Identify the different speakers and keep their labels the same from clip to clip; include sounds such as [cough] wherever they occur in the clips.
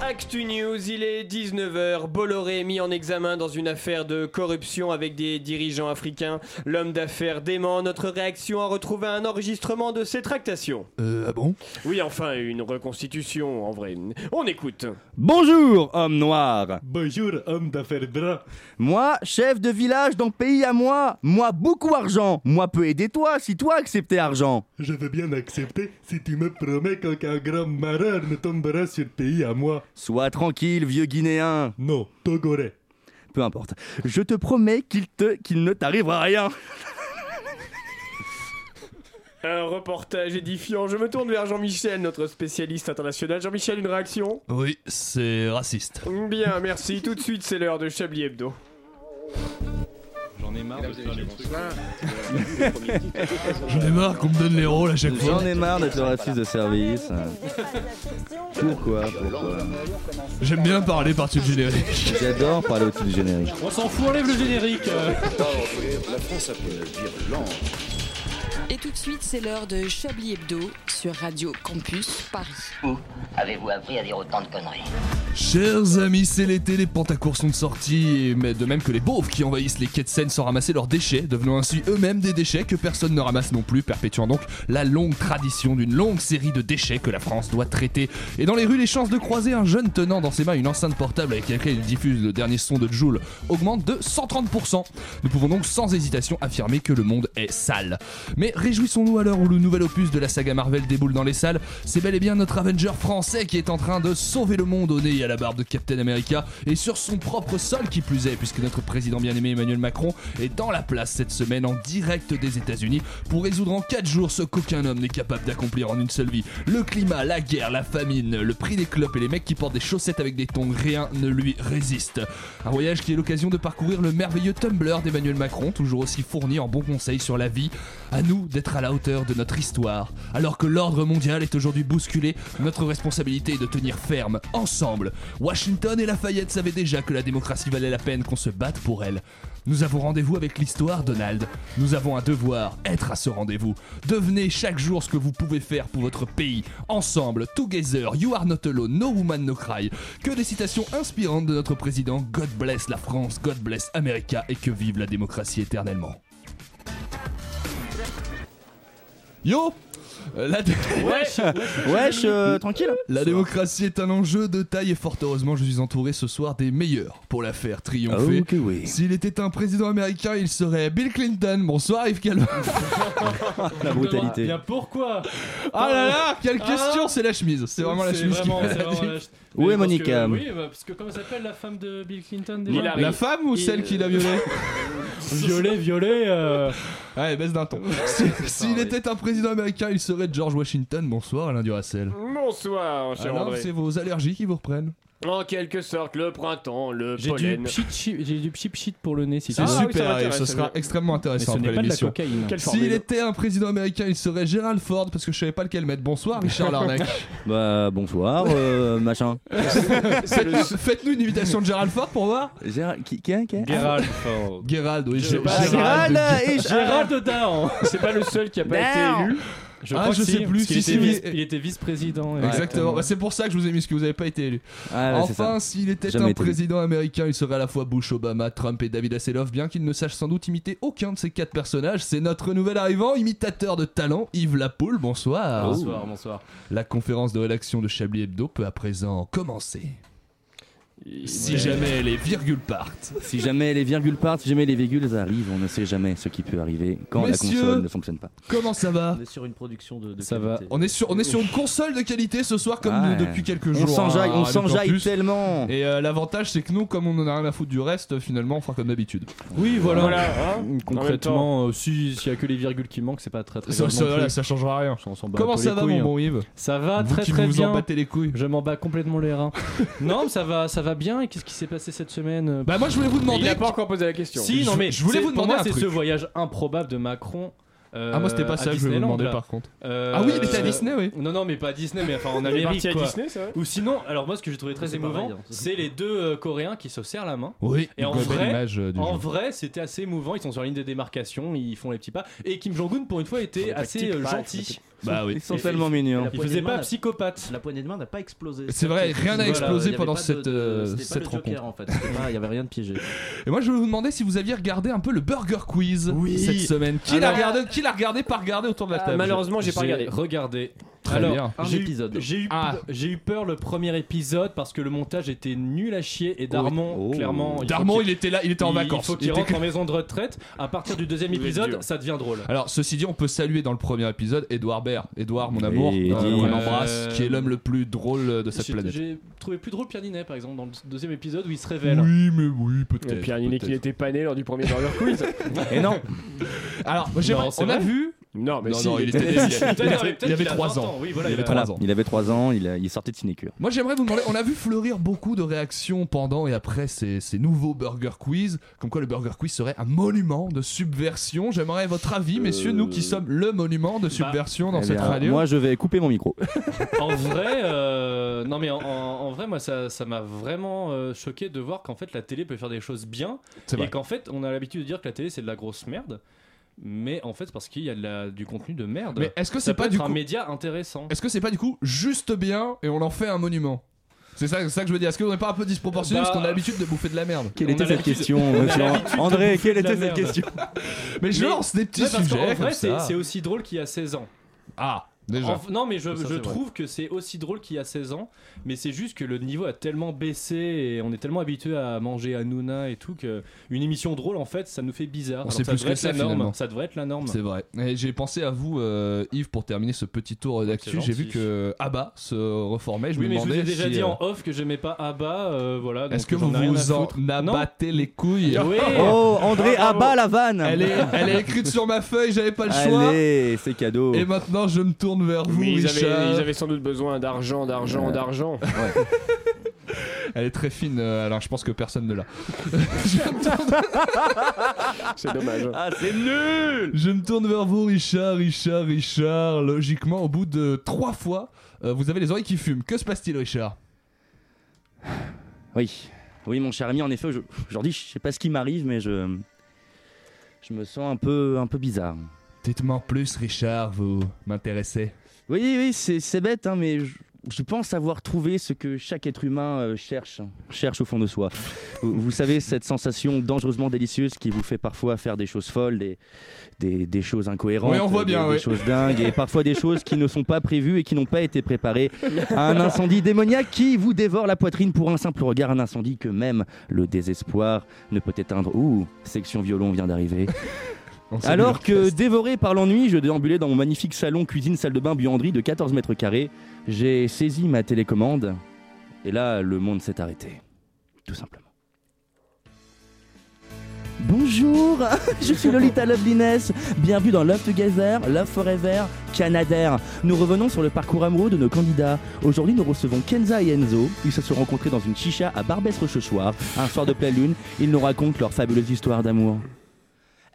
Speaker 1: Actu News, il est 19h. Bolloré est mis en examen dans une affaire de corruption avec des dirigeants africains. L'homme d'affaires dément notre réaction à retrouver un enregistrement de ses tractations.
Speaker 2: Euh, ah bon
Speaker 1: Oui, enfin, une reconstitution en vrai. On écoute.
Speaker 3: Bonjour, homme noir.
Speaker 4: Bonjour, homme d'affaires brun.
Speaker 3: Moi, chef de village dans pays à moi. Moi, beaucoup argent. Moi, peux aider toi si toi acceptais argent.
Speaker 4: Je veux bien accepter si tu me promets qu'aucun grand malheur ne tombera sur le pays à moi.
Speaker 3: Sois tranquille, vieux Guinéen.
Speaker 4: Non, Togolais.
Speaker 3: Peu importe. Je te promets qu'il te, qu'il ne t'arrivera rien.
Speaker 1: Un reportage édifiant. Je me tourne vers Jean-Michel, notre spécialiste international. Jean-Michel, une réaction
Speaker 5: Oui, c'est raciste.
Speaker 1: Bien, merci. Tout de suite, c'est l'heure de Chablis
Speaker 5: [laughs]
Speaker 1: Hebdo.
Speaker 6: J'en ai marre de faire les trucs.
Speaker 5: J'en ai marre qu'on me donne les rôles à chaque fois.
Speaker 3: J'en ai marre d'être le raciste de service. Pourquoi, pourquoi
Speaker 5: J'aime bien parler par-dessus le générique.
Speaker 3: J'adore parler au-dessus du générique.
Speaker 7: On s'en fout, enlève le
Speaker 6: Oh,
Speaker 7: générique. euh.
Speaker 8: Et tout de suite, c'est l'heure de Chablis Hebdo sur Radio Campus Paris.
Speaker 9: Où avez-vous appris à dire autant de conneries
Speaker 5: Chers amis, c'est l'été, les pantacours sont de sortie, et mais de même que les beaufs qui envahissent les quais de Seine sans ramasser leurs déchets, devenant ainsi eux-mêmes des déchets que personne ne ramasse non plus, perpétuant donc la longue tradition d'une longue série de déchets que la France doit traiter. Et dans les rues, les chances de croiser un jeune tenant dans ses mains une enceinte portable avec laquelle il diffuse le dernier son de Joule augmentent de 130%. Nous pouvons donc sans hésitation affirmer que le monde est sale. Mais réjouissons-nous à l'heure où le nouvel opus de la saga Marvel déboule dans les salles. C'est bel et bien notre Avenger français qui est en train de sauver le monde au nez et à la barbe de Captain America et sur son propre sol qui plus est, puisque notre président bien-aimé Emmanuel Macron est dans la place cette semaine en direct des États-Unis pour résoudre en 4 jours ce qu'aucun homme n'est capable d'accomplir en une seule vie. Le climat, la guerre, la famine, le prix des clopes et les mecs qui portent des chaussettes avec des tongs, rien ne lui résiste. Un voyage qui est l'occasion de parcourir le merveilleux Tumblr d'Emmanuel Macron, toujours aussi fourni en bons conseils sur la vie. À nous d'être à la hauteur de notre histoire. Alors que l'ordre mondial est aujourd'hui bousculé, notre responsabilité est de tenir ferme, ensemble. Washington et Lafayette savaient déjà que la démocratie valait la peine qu'on se batte pour elle. Nous avons rendez-vous avec l'histoire, Donald. Nous avons un devoir, être à ce rendez-vous. Devenez chaque jour ce que vous pouvez faire pour votre pays. Ensemble, together, you are not alone, no woman, no cry. Que des citations inspirantes de notre président. God bless la France, God bless America et que vive la démocratie éternellement. Yo Euh, la, dé-
Speaker 3: Wesh, euh, tranquille.
Speaker 5: la démocratie est un enjeu de taille et fort heureusement je suis entouré ce soir des meilleurs pour la faire triompher.
Speaker 3: Ah, Ok, oui.
Speaker 5: S'il était un président américain, il serait Bill Clinton. Bonsoir Yves Calva.
Speaker 3: [laughs] La brutalité.
Speaker 7: Bien pourquoi
Speaker 5: Ah là là, quelle
Speaker 7: Ah.
Speaker 5: question, c'est la chemise. C'est vraiment la
Speaker 7: C'est
Speaker 5: chemise qui
Speaker 7: vraiment-
Speaker 5: fait
Speaker 7: c'est
Speaker 5: la
Speaker 7: vraiment
Speaker 5: diff.
Speaker 7: la ch-
Speaker 3: Où
Speaker 7: Mais
Speaker 3: est
Speaker 7: parce que-
Speaker 3: Monica
Speaker 7: Oui, bah, parce que comment s'appelle la femme de Bill Clinton déjà
Speaker 1: Hillary.
Speaker 5: La femme ou
Speaker 1: Il-
Speaker 5: celle qui
Speaker 1: [laughs]
Speaker 5: l'a violée
Speaker 7: Violet, violet. euh,
Speaker 5: Ouais, baisse d'un ton. Si- S'il était un président américain, il serait George Washington. Bonsoir Alain Duracell.
Speaker 1: Bonsoir, cher
Speaker 5: Alors,
Speaker 1: André.
Speaker 5: c'est vos allergies qui vous reprennent
Speaker 1: En quelque sorte, le printemps, le
Speaker 7: J'ai du
Speaker 1: pollen.
Speaker 7: pchit chi- j'ai du pchit pchit pour le nez si
Speaker 5: C'est
Speaker 7: ça.
Speaker 1: Ah oui, ça
Speaker 5: super, Yves,
Speaker 1: m'intéresse,
Speaker 5: ce sera
Speaker 1: ça.
Speaker 5: extrêmement
Speaker 7: Mais
Speaker 5: intéressant
Speaker 7: ce n'est
Speaker 5: après
Speaker 7: pas de la
Speaker 5: l'émission.
Speaker 7: cocaïne.
Speaker 1: Quelle
Speaker 5: S'il
Speaker 1: formule
Speaker 5: était un président américain, il serait Gerald Ford parce que je savais pas lequel mettre.
Speaker 1: [laughs]
Speaker 5: Bonsoir Richard Larnac.
Speaker 3: Bah, bonsoir, euh, [laughs] machin.
Speaker 5: Faites-nous faites-nous une imitation de Gerald Ford pour voir.
Speaker 3: Gérald, qui, qui, qui
Speaker 6: Gérald
Speaker 5: Gerald, oui,
Speaker 1: Je-
Speaker 5: Gé-
Speaker 1: Bah,
Speaker 5: Gérald.
Speaker 3: et
Speaker 7: Gérald Dahan.
Speaker 1: C'est pas le seul qui a pas été
Speaker 3: Non.
Speaker 1: élu.
Speaker 7: Je
Speaker 5: Ah,
Speaker 7: crois
Speaker 5: je
Speaker 7: que
Speaker 5: sais
Speaker 7: si,
Speaker 5: plus,
Speaker 7: parce qu'il
Speaker 5: si,
Speaker 7: était
Speaker 5: si,
Speaker 7: vice-
Speaker 5: mais-
Speaker 7: il était vice-président.
Speaker 5: Exactement, Bah, c'est pour ça que je vous ai mis ce que vous avez pas été élu.
Speaker 3: Ah, ouais, c'est ça.
Speaker 5: enfin, s'il était
Speaker 3: Jamais
Speaker 5: un
Speaker 3: été élu.
Speaker 5: président américain, il serait à la fois Bush, Obama, Trump et David Hasselhoff, bien qu'il ne sache sans doute imiter aucun de ces quatre personnages. C'est notre nouvel arrivant, imitateur de talent, Yves Lapoule.
Speaker 7: Ah.
Speaker 5: Bonsoir.
Speaker 6: Bonsoir, bonsoir.
Speaker 5: La conférence de rédaction de Chablis Hebdo peut à présent commencer. Si jamais les virgules partent.
Speaker 3: Si jamais les virgules partent, si jamais les virgules arrivent, on ne sait jamais ce qui peut arriver quand
Speaker 5: Messieurs.
Speaker 3: la console ne fonctionne pas.
Speaker 5: Comment ça va
Speaker 6: est sur une production de,
Speaker 7: Ça qualité.
Speaker 5: on est, sur, on est sur une console de qualité ce soir, comme
Speaker 3: Ouais.
Speaker 5: nous depuis quelques
Speaker 3: On
Speaker 5: jours.
Speaker 3: s'enjaille,
Speaker 5: hein,
Speaker 3: on
Speaker 5: à
Speaker 3: s'enjaille
Speaker 5: Campus.
Speaker 3: tellement.
Speaker 5: Et euh, l'avantage, c'est que nous, comme on en a rien à foutre du reste, finalement, on fera comme d'habitude.
Speaker 7: Oui, voilà.
Speaker 1: Voilà, hein
Speaker 7: Concrètement, euh, si- s'il y a que les virgules qui manquent, c'est pas très très
Speaker 5: Ça,
Speaker 7: grave.
Speaker 5: ça,
Speaker 7: non
Speaker 5: voilà,
Speaker 7: plus.
Speaker 5: ça changera rien.
Speaker 7: On s'en bat un
Speaker 5: Comment
Speaker 7: peu
Speaker 5: ça
Speaker 7: les
Speaker 5: va,
Speaker 7: couilles,
Speaker 5: mon
Speaker 7: hein.
Speaker 5: bon Yves
Speaker 7: Ça va
Speaker 5: Vous
Speaker 7: très
Speaker 5: qui
Speaker 7: très
Speaker 5: vous en
Speaker 7: bien.
Speaker 5: battez les couilles.
Speaker 7: Je m'en bats complètement les reins. non, mais ça va, ça va bien. Et qu'est-ce qui s'est passé cette semaine euh,
Speaker 5: Bah, moi, je voulais vous
Speaker 1: Mais il
Speaker 5: demander.
Speaker 1: a pas encore posé la question.
Speaker 7: Si, non,
Speaker 5: je-
Speaker 7: mais
Speaker 5: je voulais
Speaker 7: c'est-
Speaker 5: vous
Speaker 7: pour
Speaker 5: demander
Speaker 7: moi,
Speaker 5: un
Speaker 7: c'est
Speaker 5: truc.
Speaker 7: ce voyage improbable de Macron. euh,
Speaker 5: Ah, moi, c'était pas
Speaker 7: à
Speaker 5: ça que je voulais vous
Speaker 7: Disneyland,
Speaker 5: demander,
Speaker 7: là.
Speaker 5: par contre.
Speaker 7: Euh,
Speaker 5: Ah oui, il était à Disney, oui.
Speaker 7: Non, non, mais pas à Disney, mais enfin en
Speaker 1: Il est
Speaker 7: Amérique.
Speaker 1: parti à
Speaker 7: quoi.
Speaker 1: Disney, c'est vrai
Speaker 7: Ou sinon, alors moi, ce que j'ai trouvé très
Speaker 6: C'est
Speaker 7: émouvant,
Speaker 6: pareil, hein.
Speaker 7: c'est les deux euh, Coréens qui se serrent la main.
Speaker 5: Oui,
Speaker 7: Et en
Speaker 5: une belle
Speaker 7: vrai,
Speaker 5: image euh, du
Speaker 7: En
Speaker 5: jeu.
Speaker 7: vrai, c'était assez émouvant. Ils sont sur la ligne de démarcation, ils font les petits pas. Et Kim Jong-un, pour une fois, était
Speaker 1: les
Speaker 7: assez
Speaker 1: tactiques,
Speaker 7: euh,
Speaker 1: pareil,
Speaker 7: gentil.
Speaker 5: Bah oui.
Speaker 3: Ils sont tellement mignons.
Speaker 7: Il faisait pas psychopathe.
Speaker 2: La poignée de main n'a pas explosé.
Speaker 5: C'est vrai, rien n'a
Speaker 2: Voilà, il
Speaker 5: explosé
Speaker 2: y avait
Speaker 5: pendant
Speaker 2: pas de-
Speaker 5: cette,
Speaker 2: de-
Speaker 5: euh,
Speaker 2: c'était pas
Speaker 5: cette
Speaker 2: le
Speaker 5: rencontre.
Speaker 2: Joker, en fait. C'était pas- Il y avait rien de piégé.
Speaker 5: Et moi, je vais vous demander si vous aviez regardé un peu le Burger Quiz
Speaker 7: Oui.
Speaker 5: cette semaine. Qui l'a regardé Qui l'a regardé Pas regardé autour de la table.
Speaker 1: Malheureusement, j'ai pas regardé.
Speaker 7: Regardez.
Speaker 5: Très
Speaker 7: Alors,
Speaker 5: bien.
Speaker 2: Un
Speaker 7: j'ai eu-
Speaker 2: épisode.
Speaker 7: J'ai eu,
Speaker 5: Ah.
Speaker 7: j'ai eu peur le premier épisode parce que le montage était nul à chier et Darmon,
Speaker 3: Oh.
Speaker 7: clairement. il faut
Speaker 5: Darmon,
Speaker 7: qu'il-
Speaker 5: il était là, il était en
Speaker 7: il-
Speaker 5: vacances.
Speaker 7: Il faut
Speaker 5: Il
Speaker 7: qu'il
Speaker 5: était
Speaker 7: rentre en maison de retraite. À partir du deuxième
Speaker 1: Il est
Speaker 7: épisode,
Speaker 1: dur.
Speaker 7: ça devient drôle.
Speaker 5: Alors, ceci dit, on peut saluer dans le premier épisode Edouard Baird. Edouard, mon amour,
Speaker 3: Eddy,
Speaker 5: on
Speaker 7: ouais.
Speaker 5: l'embrasse, qui est l'homme le plus drôle de cette
Speaker 7: J'ai-
Speaker 5: planète.
Speaker 7: J'ai trouvé plus drôle Pierre Ninet par exemple dans le deuxième épisode où il se révèle.
Speaker 5: Oui, mais oui, peut-être.
Speaker 1: Pierre Ninet qui
Speaker 5: peut-être.
Speaker 1: n'était pas né lors du premier [laughs] Burger Quiz.
Speaker 3: Et non,
Speaker 5: Alors, moi, j'aimerais-
Speaker 7: Non, c'est
Speaker 5: on a
Speaker 7: vrai.
Speaker 5: vu.
Speaker 1: Non, mais
Speaker 5: non,
Speaker 1: si.
Speaker 5: non, il
Speaker 1: il-
Speaker 3: [laughs]
Speaker 5: était
Speaker 7: Peut-être,
Speaker 5: il était-
Speaker 7: peut-être
Speaker 5: il avait
Speaker 7: qu'il a
Speaker 5: 3
Speaker 7: 20
Speaker 5: ans.
Speaker 7: Oui, voilà,
Speaker 5: Il
Speaker 7: il
Speaker 5: avait
Speaker 7: a-
Speaker 5: trois ans.
Speaker 3: il avait 3 ans, il, a- il sortait de sinécure.
Speaker 5: Moi, j'aimerais vous demander, on a vu fleurir beaucoup de réactions pendant et après ces, ces nouveaux Burger Quiz, comme quoi le Burger Quiz serait un monument de subversion. J'aimerais votre avis, messieurs, nous qui sommes le monument de subversion dans
Speaker 3: Euh. Eh
Speaker 5: cette
Speaker 3: bien,
Speaker 5: radio.
Speaker 3: Moi, je vais couper mon micro.
Speaker 7: en vrai, euh, non mais en, en- en vrai, moi ça ça m'a vraiment euh, choqué de voir qu'en fait la télé peut faire des choses bien
Speaker 5: C'est vrai.
Speaker 7: et qu'en fait on a l'habitude de dire que la télé c'est de la grosse merde, mais en fait c'est parce qu'il y a de la- du contenu de merde.
Speaker 5: Mais est-ce que
Speaker 7: ça
Speaker 5: c'est
Speaker 7: peut
Speaker 5: pas
Speaker 7: être
Speaker 5: du
Speaker 7: un
Speaker 5: coup,
Speaker 7: média intéressant.
Speaker 5: est-ce que c'est pas du coup juste bien et on en fait un monument C'est ça, c'est ça que je veux dire. Est-ce qu'on n'est pas un peu disproportionné
Speaker 7: Bah,
Speaker 5: parce qu'on a l'habitude de bouffer de la merde
Speaker 3: Quelle
Speaker 7: On
Speaker 3: était
Speaker 7: a
Speaker 3: cette
Speaker 7: l'habitude-
Speaker 3: question
Speaker 7: on a
Speaker 3: monsieur
Speaker 7: l'habitude de
Speaker 3: André,
Speaker 7: bouffer
Speaker 3: quelle
Speaker 7: de la
Speaker 3: était cette
Speaker 7: merde.
Speaker 3: question
Speaker 5: Mais je
Speaker 7: Mais-
Speaker 5: lance des petits
Speaker 7: Ouais, parce qu'en
Speaker 5: sujets comme
Speaker 7: vrai, c'est
Speaker 5: ça.
Speaker 7: c'est aussi drôle qu'il y a 16 ans.
Speaker 5: Ah, déjà.
Speaker 7: En- non, mais je,
Speaker 5: Ça, c'est
Speaker 7: je
Speaker 5: vrai.
Speaker 7: trouve que c'est aussi drôle qu'il y a 16 ans, mais c'est juste que le niveau a tellement baissé et on est tellement habitué à manger à Nouna et tout que une émission drôle en fait ça nous fait bizarre.
Speaker 5: On
Speaker 7: Alors,
Speaker 5: sait
Speaker 7: ça
Speaker 5: plus
Speaker 7: devrait
Speaker 5: que
Speaker 7: être
Speaker 5: ça,
Speaker 7: la norme.
Speaker 5: finalement.
Speaker 7: Ça devrait être la norme.
Speaker 5: C'est vrai. Et j'ai pensé à vous, euh, Yves, pour terminer ce petit tour d'actu.
Speaker 7: Oh, C'est
Speaker 5: J'ai vu
Speaker 7: gentil.
Speaker 5: que euh, Abba se reformait. Je
Speaker 7: oui,
Speaker 5: me
Speaker 7: mais je vous
Speaker 5: demandais
Speaker 7: ai déjà
Speaker 5: si,
Speaker 7: dit
Speaker 5: euh,
Speaker 7: en off que j'aimais pas Abba, euh, voilà.
Speaker 5: est-ce
Speaker 7: donc
Speaker 5: que
Speaker 7: j'en
Speaker 5: vous
Speaker 7: ai rien à
Speaker 5: vous en
Speaker 7: foutre. Non.
Speaker 5: abattez les couilles
Speaker 7: Oui.
Speaker 3: Oh, André,
Speaker 7: Ah, bravo.
Speaker 3: abat la vanne
Speaker 5: elle est, elle est écrite sur ma feuille, j'avais pas le choix.
Speaker 3: Allez, c'est cadeau.
Speaker 5: Et maintenant, je me tourne vers vous,
Speaker 1: Mais ils avaient,
Speaker 5: Richard.
Speaker 1: ils avaient sans doute besoin d'argent, d'argent,
Speaker 3: Ouais.
Speaker 1: d'argent.
Speaker 5: Elle est très fine, euh, alors je pense que
Speaker 1: [laughs]
Speaker 5: personne ne l'a.
Speaker 1: C'est dommage.
Speaker 3: Ah, c'est nul
Speaker 5: Je me tourne vers vous, Richard, Richard, Richard. Logiquement, au bout de trois fois, euh, vous avez les oreilles qui fument. Que se passe-t-il, Richard
Speaker 3: Oui, oui, mon cher ami, en effet, je- aujourd'hui, je sais pas ce qui m'arrive, mais je. Je me sens un peu, un peu bizarre.
Speaker 5: Dites-moi en plus, Richard, vous m'intéressez.
Speaker 3: Oui, oui, c'est c'est bête, hein, mais je, je pense avoir trouvé ce que chaque être humain euh, cherche, cherche au fond de soi. vous, vous savez, cette sensation dangereusement délicieuse qui vous fait parfois faire des choses folles, des, des, des choses incohérentes,
Speaker 5: Oui, on voit
Speaker 3: des-
Speaker 5: bien,
Speaker 3: des,
Speaker 5: ouais.
Speaker 3: choses dingues, et parfois des choses qui ne sont pas prévues et qui n'ont pas été préparées. à Un incendie démoniaque qui vous dévore la poitrine pour un simple regard, un incendie que même le désespoir ne peut éteindre. Ouh, section violon vient d'arriver.
Speaker 5: On salue
Speaker 3: Alors
Speaker 5: leur fest.
Speaker 3: que dévoré par l'ennui, je déambulais dans mon magnifique salon cuisine salle de bain buanderie de 14 mètres carrés, j'ai saisi ma télécommande et là le monde s'est arrêté. Tout simplement. Bonjour, [laughs] je suis Lolita Loveliness, bienvenue dans Love Together, Love Forever, Canadair. Nous revenons sur le parcours amoureux de nos candidats. Aujourd'hui, nous recevons Kenza et Enzo. Ils se sont rencontrés dans une chicha à Barbès-Rochechouart. Un soir de pleine lune, ils nous racontent leur fabuleuse histoire d'amour.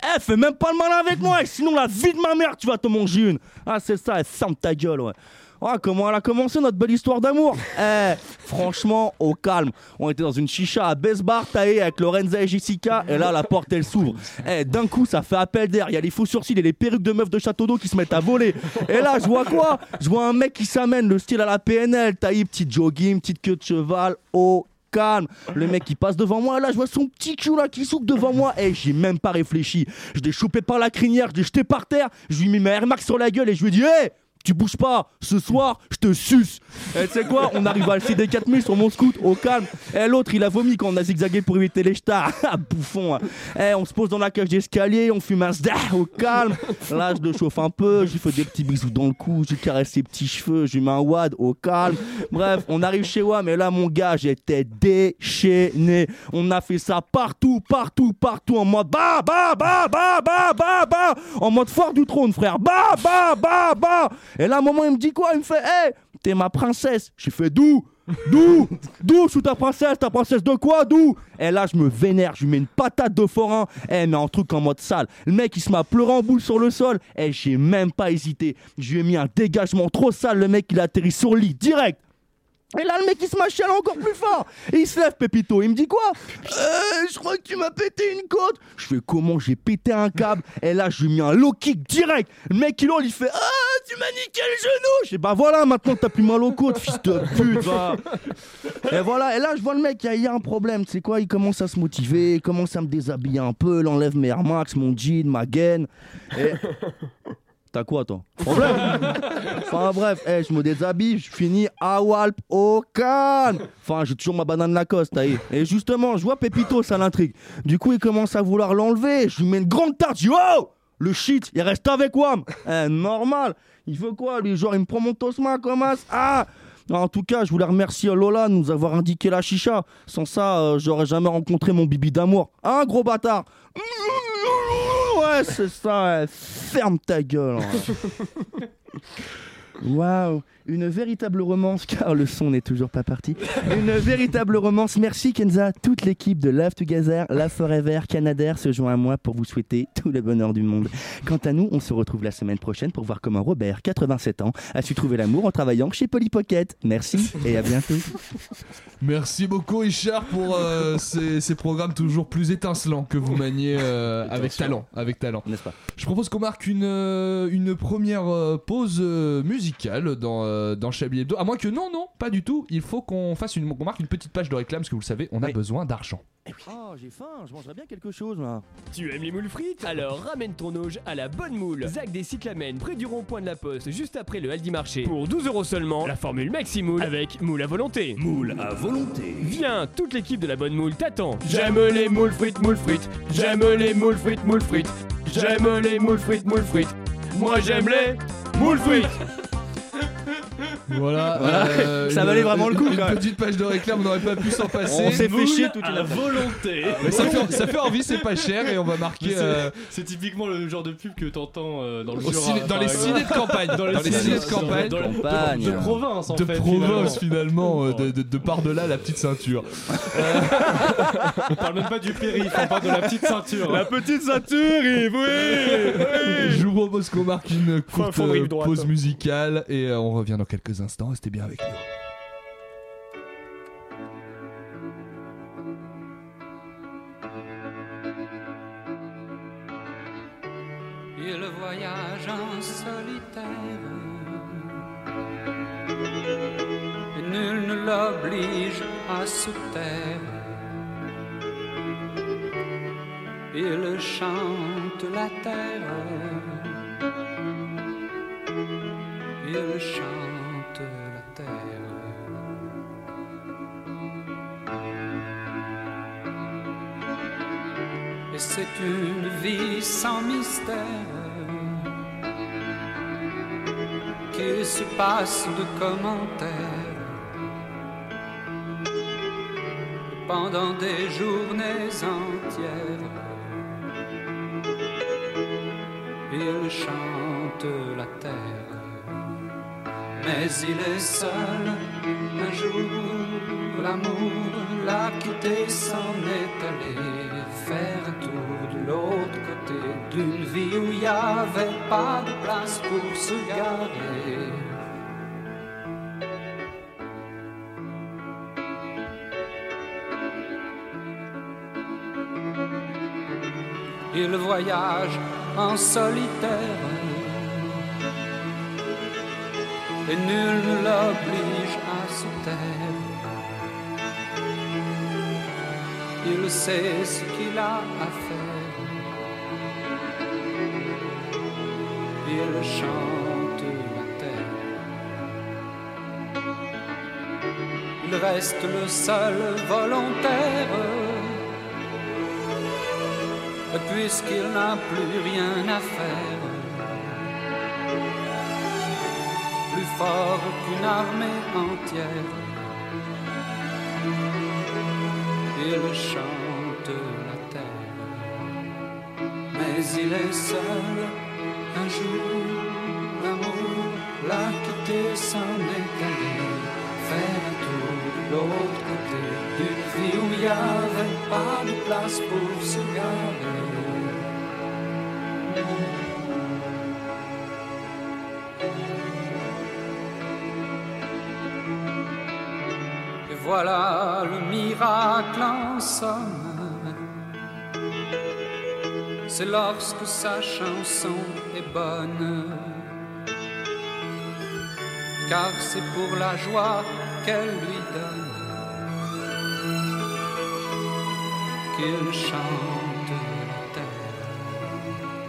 Speaker 3: Eh, fais même pas le malin avec moi, sinon la vie de ma mère, tu vas te manger une. Ah, c'est ça, elle ferme ta gueule, ouais. Ah, comment elle a commencé notre belle histoire d'amour Eh, franchement, au calme. On était dans une chicha à Besbar, taillée avec Lorenza et Jessica, et là, la porte, elle s'ouvre. Eh, d'un coup, ça fait appel d'air. Il y a les faux sourcils et les perruques de meufs de Château d'eau qui se mettent à voler. Et là, je vois quoi Je vois un mec qui s'amène, le style à la PNL, taillé, petit jogging, petite queue de cheval, au calme. Le mec qui passe devant moi, là je vois son petit cul là qui soupe devant moi. Et j'ai même pas réfléchi. Je l'ai chopé par la crinière, je l'ai jeté par terre, je lui ai mis ma Air Max sur la gueule et je lui ai dit Hé tu bouges pas, ce soir je te suce. Et tu sais quoi, on arrive à le CD 4000 sur mon scoot, au calme. Et l'autre il a vomi quand on a zigzagué pour éviter les stars. [laughs] Ah bouffon. hein. Eh, on se pose dans la cage d'escalier, on fume un sda au calme. Là je le chauffe un peu, je lui fais des petits bisous dans le cou, je lui caresse ses petits cheveux, je lui mets un wad au calme. Bref, on arrive chez moi, mais là, mon gars, j'étais déchaîné. On a fait ça partout, partout, partout, en mode bah, bah, bah, bah, bah, bah, bah, en mode fort du trône, frère. Bah, bah, bah, bah. Et là, à un moment, il me dit quoi Il me fait, hé, t'es ma princesse. J'ai fait d'où D'où D'où je suis ta princesse Ta princesse de quoi D'où Et là, je me vénère, je lui mets une patate de forain. Eh, mais un truc en mode sale. Le mec, il se m'a pleuré en boule sur le sol. Eh, j'ai même pas hésité. Je lui ai mis un dégagement trop sale. Le mec, il atterrit sur le lit direct. Et là, le mec, il se mâche à encore plus fort. Et il se lève, Pépito. Il me dit quoi Euh, Je crois que tu m'as pété une côte. Je fais comment J'ai pété un câble. Et là, je lui ai mis un low kick direct. Le mec, il hurle, il fait Ah, tu m'as niqué le genou. Je dis Bah voilà, maintenant, t'as plus mal aux côtes, fils de pute. va. Et voilà. Et là, je vois le mec, il y a- il y, a un problème. Tu sais quoi Il commence à se motiver, il commence à me déshabiller un peu. Il enlève mes Air Max, mon jean, ma gaine.
Speaker 2: [laughs]
Speaker 3: Et. T'as quoi, toi Problème Enfin bref, eh, je me déshabille, je finis à Walp au Cannes. Enfin, j'ai toujours ma banane Lacoste, ça y est. Et justement, je vois Pépito, ça l'intrigue. Du coup, il commence à vouloir l'enlever. Je lui mets une grande tarte. Je dis, oh Le shit, il reste avec WAM. Eh, normal. Il veut quoi, lui Genre, il me prend mon tosma comme as. Ah en tout cas, je voulais remercier Lola de nous avoir indiqué la chicha. Sans ça, euh, j'aurais jamais rencontré mon bibi d'amour. Hein, gros bâtard Ouais, c'est ça. ouais. Ferme ta gueule. hein. Waouh, une véritable romance, car le son n'est toujours pas parti. Une véritable romance. Merci Kenza, toute l'équipe de Love Together, La Forever, Canadair se joint à moi pour vous souhaiter tout le bonheur du monde. Quant à nous, on se retrouve la semaine prochaine pour voir comment Robert, 87 ans, a su trouver l'amour en travaillant chez Polly Pocket. Merci et à bientôt.
Speaker 5: Merci beaucoup, Richard,
Speaker 3: [laughs]
Speaker 5: pour euh, ces, ces programmes toujours plus étincelants que vous maniez euh, avec talent. Avec talent.
Speaker 3: N'est-ce pas
Speaker 5: Je propose qu'on marque une, euh, une première euh, pause euh, musicale dans, euh, dans Chablis Hebdo. À moins que non, non, pas du tout. Il faut qu'on fasse une, qu'on marque une petite page de réclame parce que vous le savez, on a besoin d'argent.
Speaker 3: Oh, j'ai faim, je mangerais bien quelque chose là.
Speaker 1: Tu aimes les moules frites Alors ramène ton auge à la bonne moule. Zach des Cyclamènes, près du rond-point de la Poste, juste après le Aldi Marché. Pour 12 euros seulement, la formule Maximoule avec moule à volonté.
Speaker 10: Moule à volonté.
Speaker 1: Viens, toute l'équipe de la bonne moule t'attend. J'aime les moules frites, moules frites. J'aime les moules frites, moules frites. J'aime les moules frites, moules frites. Moi j'aime les moules frites.
Speaker 3: [laughs]
Speaker 5: Voilà. euh,
Speaker 3: Ça
Speaker 5: une-
Speaker 3: valait vraiment
Speaker 5: une-
Speaker 3: le coup,
Speaker 5: Une
Speaker 3: quand même.
Speaker 5: petite page de réclame, on n'aurait pas pu s'en passer.
Speaker 3: On s'est fait
Speaker 7: Moule
Speaker 3: chier toute
Speaker 7: à
Speaker 3: la
Speaker 7: volonté.
Speaker 5: Ah, Mais ça, fait, ça fait envie, c'est pas cher et on va marquer.
Speaker 7: Mais c'est-
Speaker 5: euh,
Speaker 7: C'est typiquement le genre de pub que t'entends euh, dans le
Speaker 5: au
Speaker 7: Jura,
Speaker 5: ciné- dans
Speaker 7: par
Speaker 5: les
Speaker 7: exemple.
Speaker 5: ciné de campagne.
Speaker 7: Dans les ciné-
Speaker 5: ciné de
Speaker 7: dans-
Speaker 5: campagne.
Speaker 7: dans-
Speaker 3: Campagne.
Speaker 7: de province en
Speaker 5: de
Speaker 7: fait.
Speaker 5: province
Speaker 7: finalement.
Speaker 5: finalement, euh, de, de- de par de là la petite ceinture.
Speaker 7: On parle même pas du périph, on parle de la petite ceinture.
Speaker 3: petite ceinture,
Speaker 5: Je vous propose qu'on marque une courte
Speaker 1: faut rive
Speaker 5: euh,
Speaker 1: droite.
Speaker 5: pause musicale et euh, on revient dans quelques instants. Restez bien avec nous.
Speaker 10: Il voyage en solitaire. Nul ne l'oblige à se taire. Il chante la terre. Il chante la terre. Et c'est une vie sans mystère qui se passe de commentaires pendant des journées entières. Il chante la terre, mais il est seul. Un jour, l'amour l'a quitté, s'en est allé faire un tour de l'autre côté d'une vie où il n'y avait pas de place pour se garer. Il voyage en solitaire et nul ne l'oblige à se taire. Il sait ce qu'il a à faire. Il chante la terre. Il reste le seul volontaire, puisqu'il n'a plus rien à faire. plus fort qu'une armée entière. Il chante la terre, mais il est seul un jour. L'amour l'a quitté, s'en est allé faire un tour de l'autre côté d'une vie où il n'y avait pas de place pour se garder.
Speaker 11: Voilà le miracle en somme. C'est lorsque sa chanson est bonne, car c'est pour la joie qu'elle lui donne qu'il chante la terre.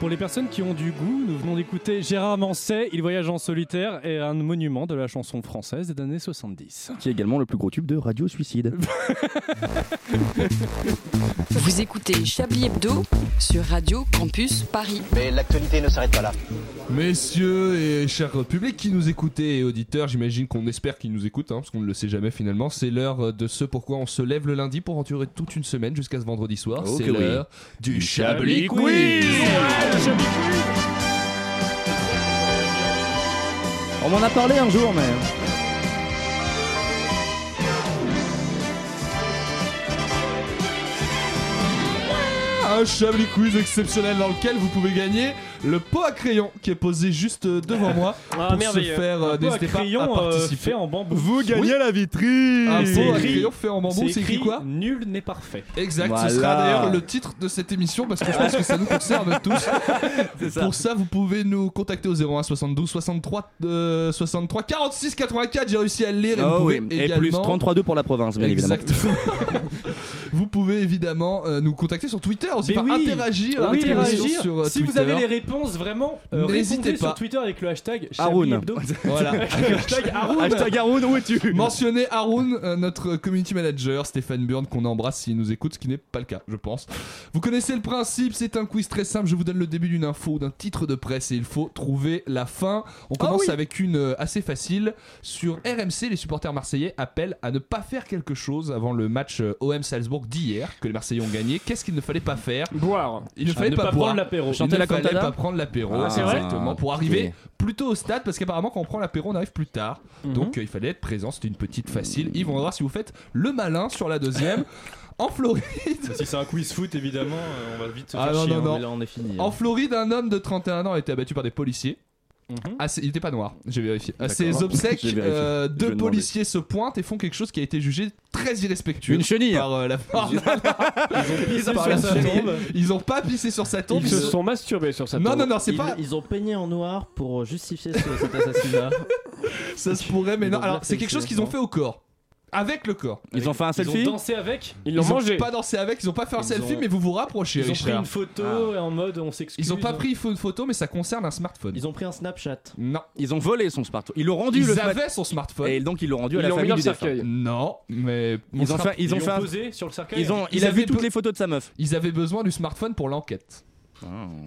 Speaker 7: Pour les personnes qui ont du goût, nous venons d'écouter Gérard Manset, Il voyage en solitaire et un monument de la chanson française des années 70.
Speaker 3: Qui est également le plus gros tube de Radio Suicide.
Speaker 8: [laughs] Vous écoutez Chablis Hebdo sur Radio Campus Paris. Mais l'actualité ne s'arrête pas là.
Speaker 5: Messieurs et chers publics qui nous écoutez et auditeurs, j'imagine qu'on espère qu'ils nous écoutent, hein, parce qu'on ne le sait jamais finalement. C'est l'heure de ce pourquoi on se lève le lundi pour en durer toute une semaine jusqu'à ce vendredi soir.
Speaker 3: Oh
Speaker 5: C'est
Speaker 3: que oui.
Speaker 5: l'heure du
Speaker 3: Chablis
Speaker 5: Chablis Quiz.
Speaker 3: Quiz. On m'en a parlé un jour, mais.
Speaker 5: Un Chablis Quiz exceptionnel dans lequel vous pouvez gagner le pot à crayon qui est posé juste devant moi
Speaker 7: [laughs] Ah,
Speaker 5: pour se
Speaker 7: merveilleux.
Speaker 5: faire.
Speaker 7: Un
Speaker 5: euh,
Speaker 7: pot à
Speaker 5: N'hésitez pas
Speaker 7: crayon,
Speaker 5: à
Speaker 7: euh,
Speaker 5: participer.
Speaker 7: fait en bambou.
Speaker 5: Vous gagnez la vitrine. Un pot à crayon fait en bambou, c'est écrit quoi
Speaker 7: Nul n'est parfait.
Speaker 5: Exact, ce sera
Speaker 7: Voilà.
Speaker 5: d'ailleurs le titre de cette émission parce que je pense que ça nous
Speaker 7: [laughs]
Speaker 5: concerne
Speaker 3: [laughs]
Speaker 5: tous. Pour ça, vous pouvez nous contacter au 01 72 63 euh, 63 46 84. J'ai réussi à le lire et vous
Speaker 3: Oh
Speaker 5: pouvez
Speaker 3: oui, et
Speaker 5: également.
Speaker 3: plus 33-2 pour la province, bien évidemment.
Speaker 5: Exactement. vous pouvez évidemment euh, nous contacter sur Twitter aussi,
Speaker 7: Mais
Speaker 5: enfin,
Speaker 7: oui,
Speaker 5: interagir,
Speaker 7: oui,
Speaker 5: interagir
Speaker 7: interagir.
Speaker 5: sur euh,
Speaker 7: si
Speaker 5: Twitter.
Speaker 7: vous avez les réponses, vraiment, euh,
Speaker 5: N'hésitez
Speaker 7: répondez sur
Speaker 5: pas.
Speaker 7: Twitter avec le hashtag
Speaker 5: Haroun. [laughs]
Speaker 7: Chablis Hebdo.
Speaker 5: Voilà.
Speaker 7: hashtag Haroun.
Speaker 5: Haroun, où es-tu Mentionnez Haroun, euh, notre community manager, Stéphane Burn, qu'on embrasse s'il nous écoute, ce qui n'est pas le cas, je pense. Vous connaissez le principe, c'est un quiz très simple. Je vous donne le début d'une info, ou d'un titre de presse, et il faut trouver la fin. On
Speaker 7: Ah
Speaker 5: commence avec une euh, assez facile. Sur RMC, les supporters marseillais appellent à ne pas faire quelque chose avant le match euh, OM Salzbourg d'hier, que les Marseillais ont gagné. Qu'est-ce qu'il ne fallait pas faire
Speaker 7: Boire.
Speaker 5: Il ne
Speaker 7: Ah,
Speaker 5: fallait
Speaker 7: ne
Speaker 5: pas,
Speaker 7: pas
Speaker 5: boire.
Speaker 7: prendre l'apéro.
Speaker 5: Il
Speaker 7: Chanter
Speaker 5: ne
Speaker 7: la
Speaker 5: fallait
Speaker 7: cantata
Speaker 5: pas prendre l'apéro.
Speaker 7: Ah, c'est vrai
Speaker 5: Exactement. Pour arriver plutôt au stade parce qu'apparemment quand on prend l'apéro on arrive plus tard
Speaker 7: Mhm.
Speaker 5: donc euh, il fallait être présent c'était une petite facile Yves on va voir si vous faites le malin sur la
Speaker 7: [laughs]
Speaker 5: deuxième en Floride
Speaker 7: Si c'est un quiz foot, évidemment, euh, on va vite se faire
Speaker 5: Ah non,
Speaker 7: chier,
Speaker 5: non,
Speaker 7: hein,
Speaker 5: non.
Speaker 7: mais là, on est fini.
Speaker 5: en
Speaker 7: hein.
Speaker 5: Floride un homme de 31 ans a été abattu par des policiers
Speaker 7: Mhm.
Speaker 5: Ah, c'est- il n'était pas noir, j'ai vérifié. À ses obsèques,
Speaker 3: [laughs] J'ai vérifié.
Speaker 5: euh,
Speaker 3: Je
Speaker 5: deux
Speaker 3: demandais.
Speaker 5: policiers se pointent et font quelque chose qui a été jugé très irrespectueux.
Speaker 3: Une chenille.
Speaker 5: Par
Speaker 3: [laughs]
Speaker 5: euh, la [laughs] par-
Speaker 7: [laughs] Ils
Speaker 5: par la chenille. Ils ont pas pissé sur sa tombe.
Speaker 2: Ils se sont
Speaker 1: masturbés sur
Speaker 5: sa Non, tombe. non, non, c'est
Speaker 2: Ils-
Speaker 5: pas-
Speaker 2: Ils ont peigné en noir pour justifier ce- cet
Speaker 5: [laughs]
Speaker 2: assassinat.
Speaker 5: Ça se pourrait, mais
Speaker 2: Ils
Speaker 5: non.
Speaker 2: ont
Speaker 5: Alors,
Speaker 2: bien
Speaker 5: c'est
Speaker 2: fait
Speaker 5: quelque
Speaker 2: le
Speaker 5: chose qu'ils ont
Speaker 2: silence,
Speaker 5: fait au corps. Avec le corps.
Speaker 3: Ils ont fait un
Speaker 7: Ils
Speaker 3: selfie
Speaker 7: ont dansé avec.
Speaker 5: Ils l'ont mangé. pas dansé avec, ils ont pas fait un
Speaker 7: Ils
Speaker 5: selfie,
Speaker 7: ont-
Speaker 5: mais vous vous rapprochez,
Speaker 7: Ils ont pris
Speaker 5: Richard.
Speaker 3: Ah.
Speaker 7: une photo et en mode on s'excuse.
Speaker 5: Ils ont pas pris une pho- photo, mais ça concerne un smartphone.
Speaker 2: Ils ont pris un Snapchat.
Speaker 5: Non.
Speaker 3: Ils ont volé son smartphone. Ils l'ont rendu
Speaker 5: Ils
Speaker 3: le
Speaker 5: avaient
Speaker 3: smartphone.
Speaker 5: son smartphone.
Speaker 3: Et donc ils l'ont rendu à
Speaker 5: Ils
Speaker 3: la
Speaker 5: l'ont
Speaker 3: famille
Speaker 5: mis dans
Speaker 3: du
Speaker 5: le
Speaker 3: défunt.
Speaker 5: cercueil. Non, mais on
Speaker 3: ils ont
Speaker 5: se
Speaker 3: fait, ils ont
Speaker 5: rappelle-
Speaker 3: fait un-
Speaker 7: posé sur le cercueil.
Speaker 3: Ils ont, il
Speaker 5: Ils
Speaker 3: a vu
Speaker 5: avaient
Speaker 3: toutes
Speaker 5: be-
Speaker 3: les photos de sa meuf.
Speaker 5: Ils avaient besoin du smartphone pour l'enquête.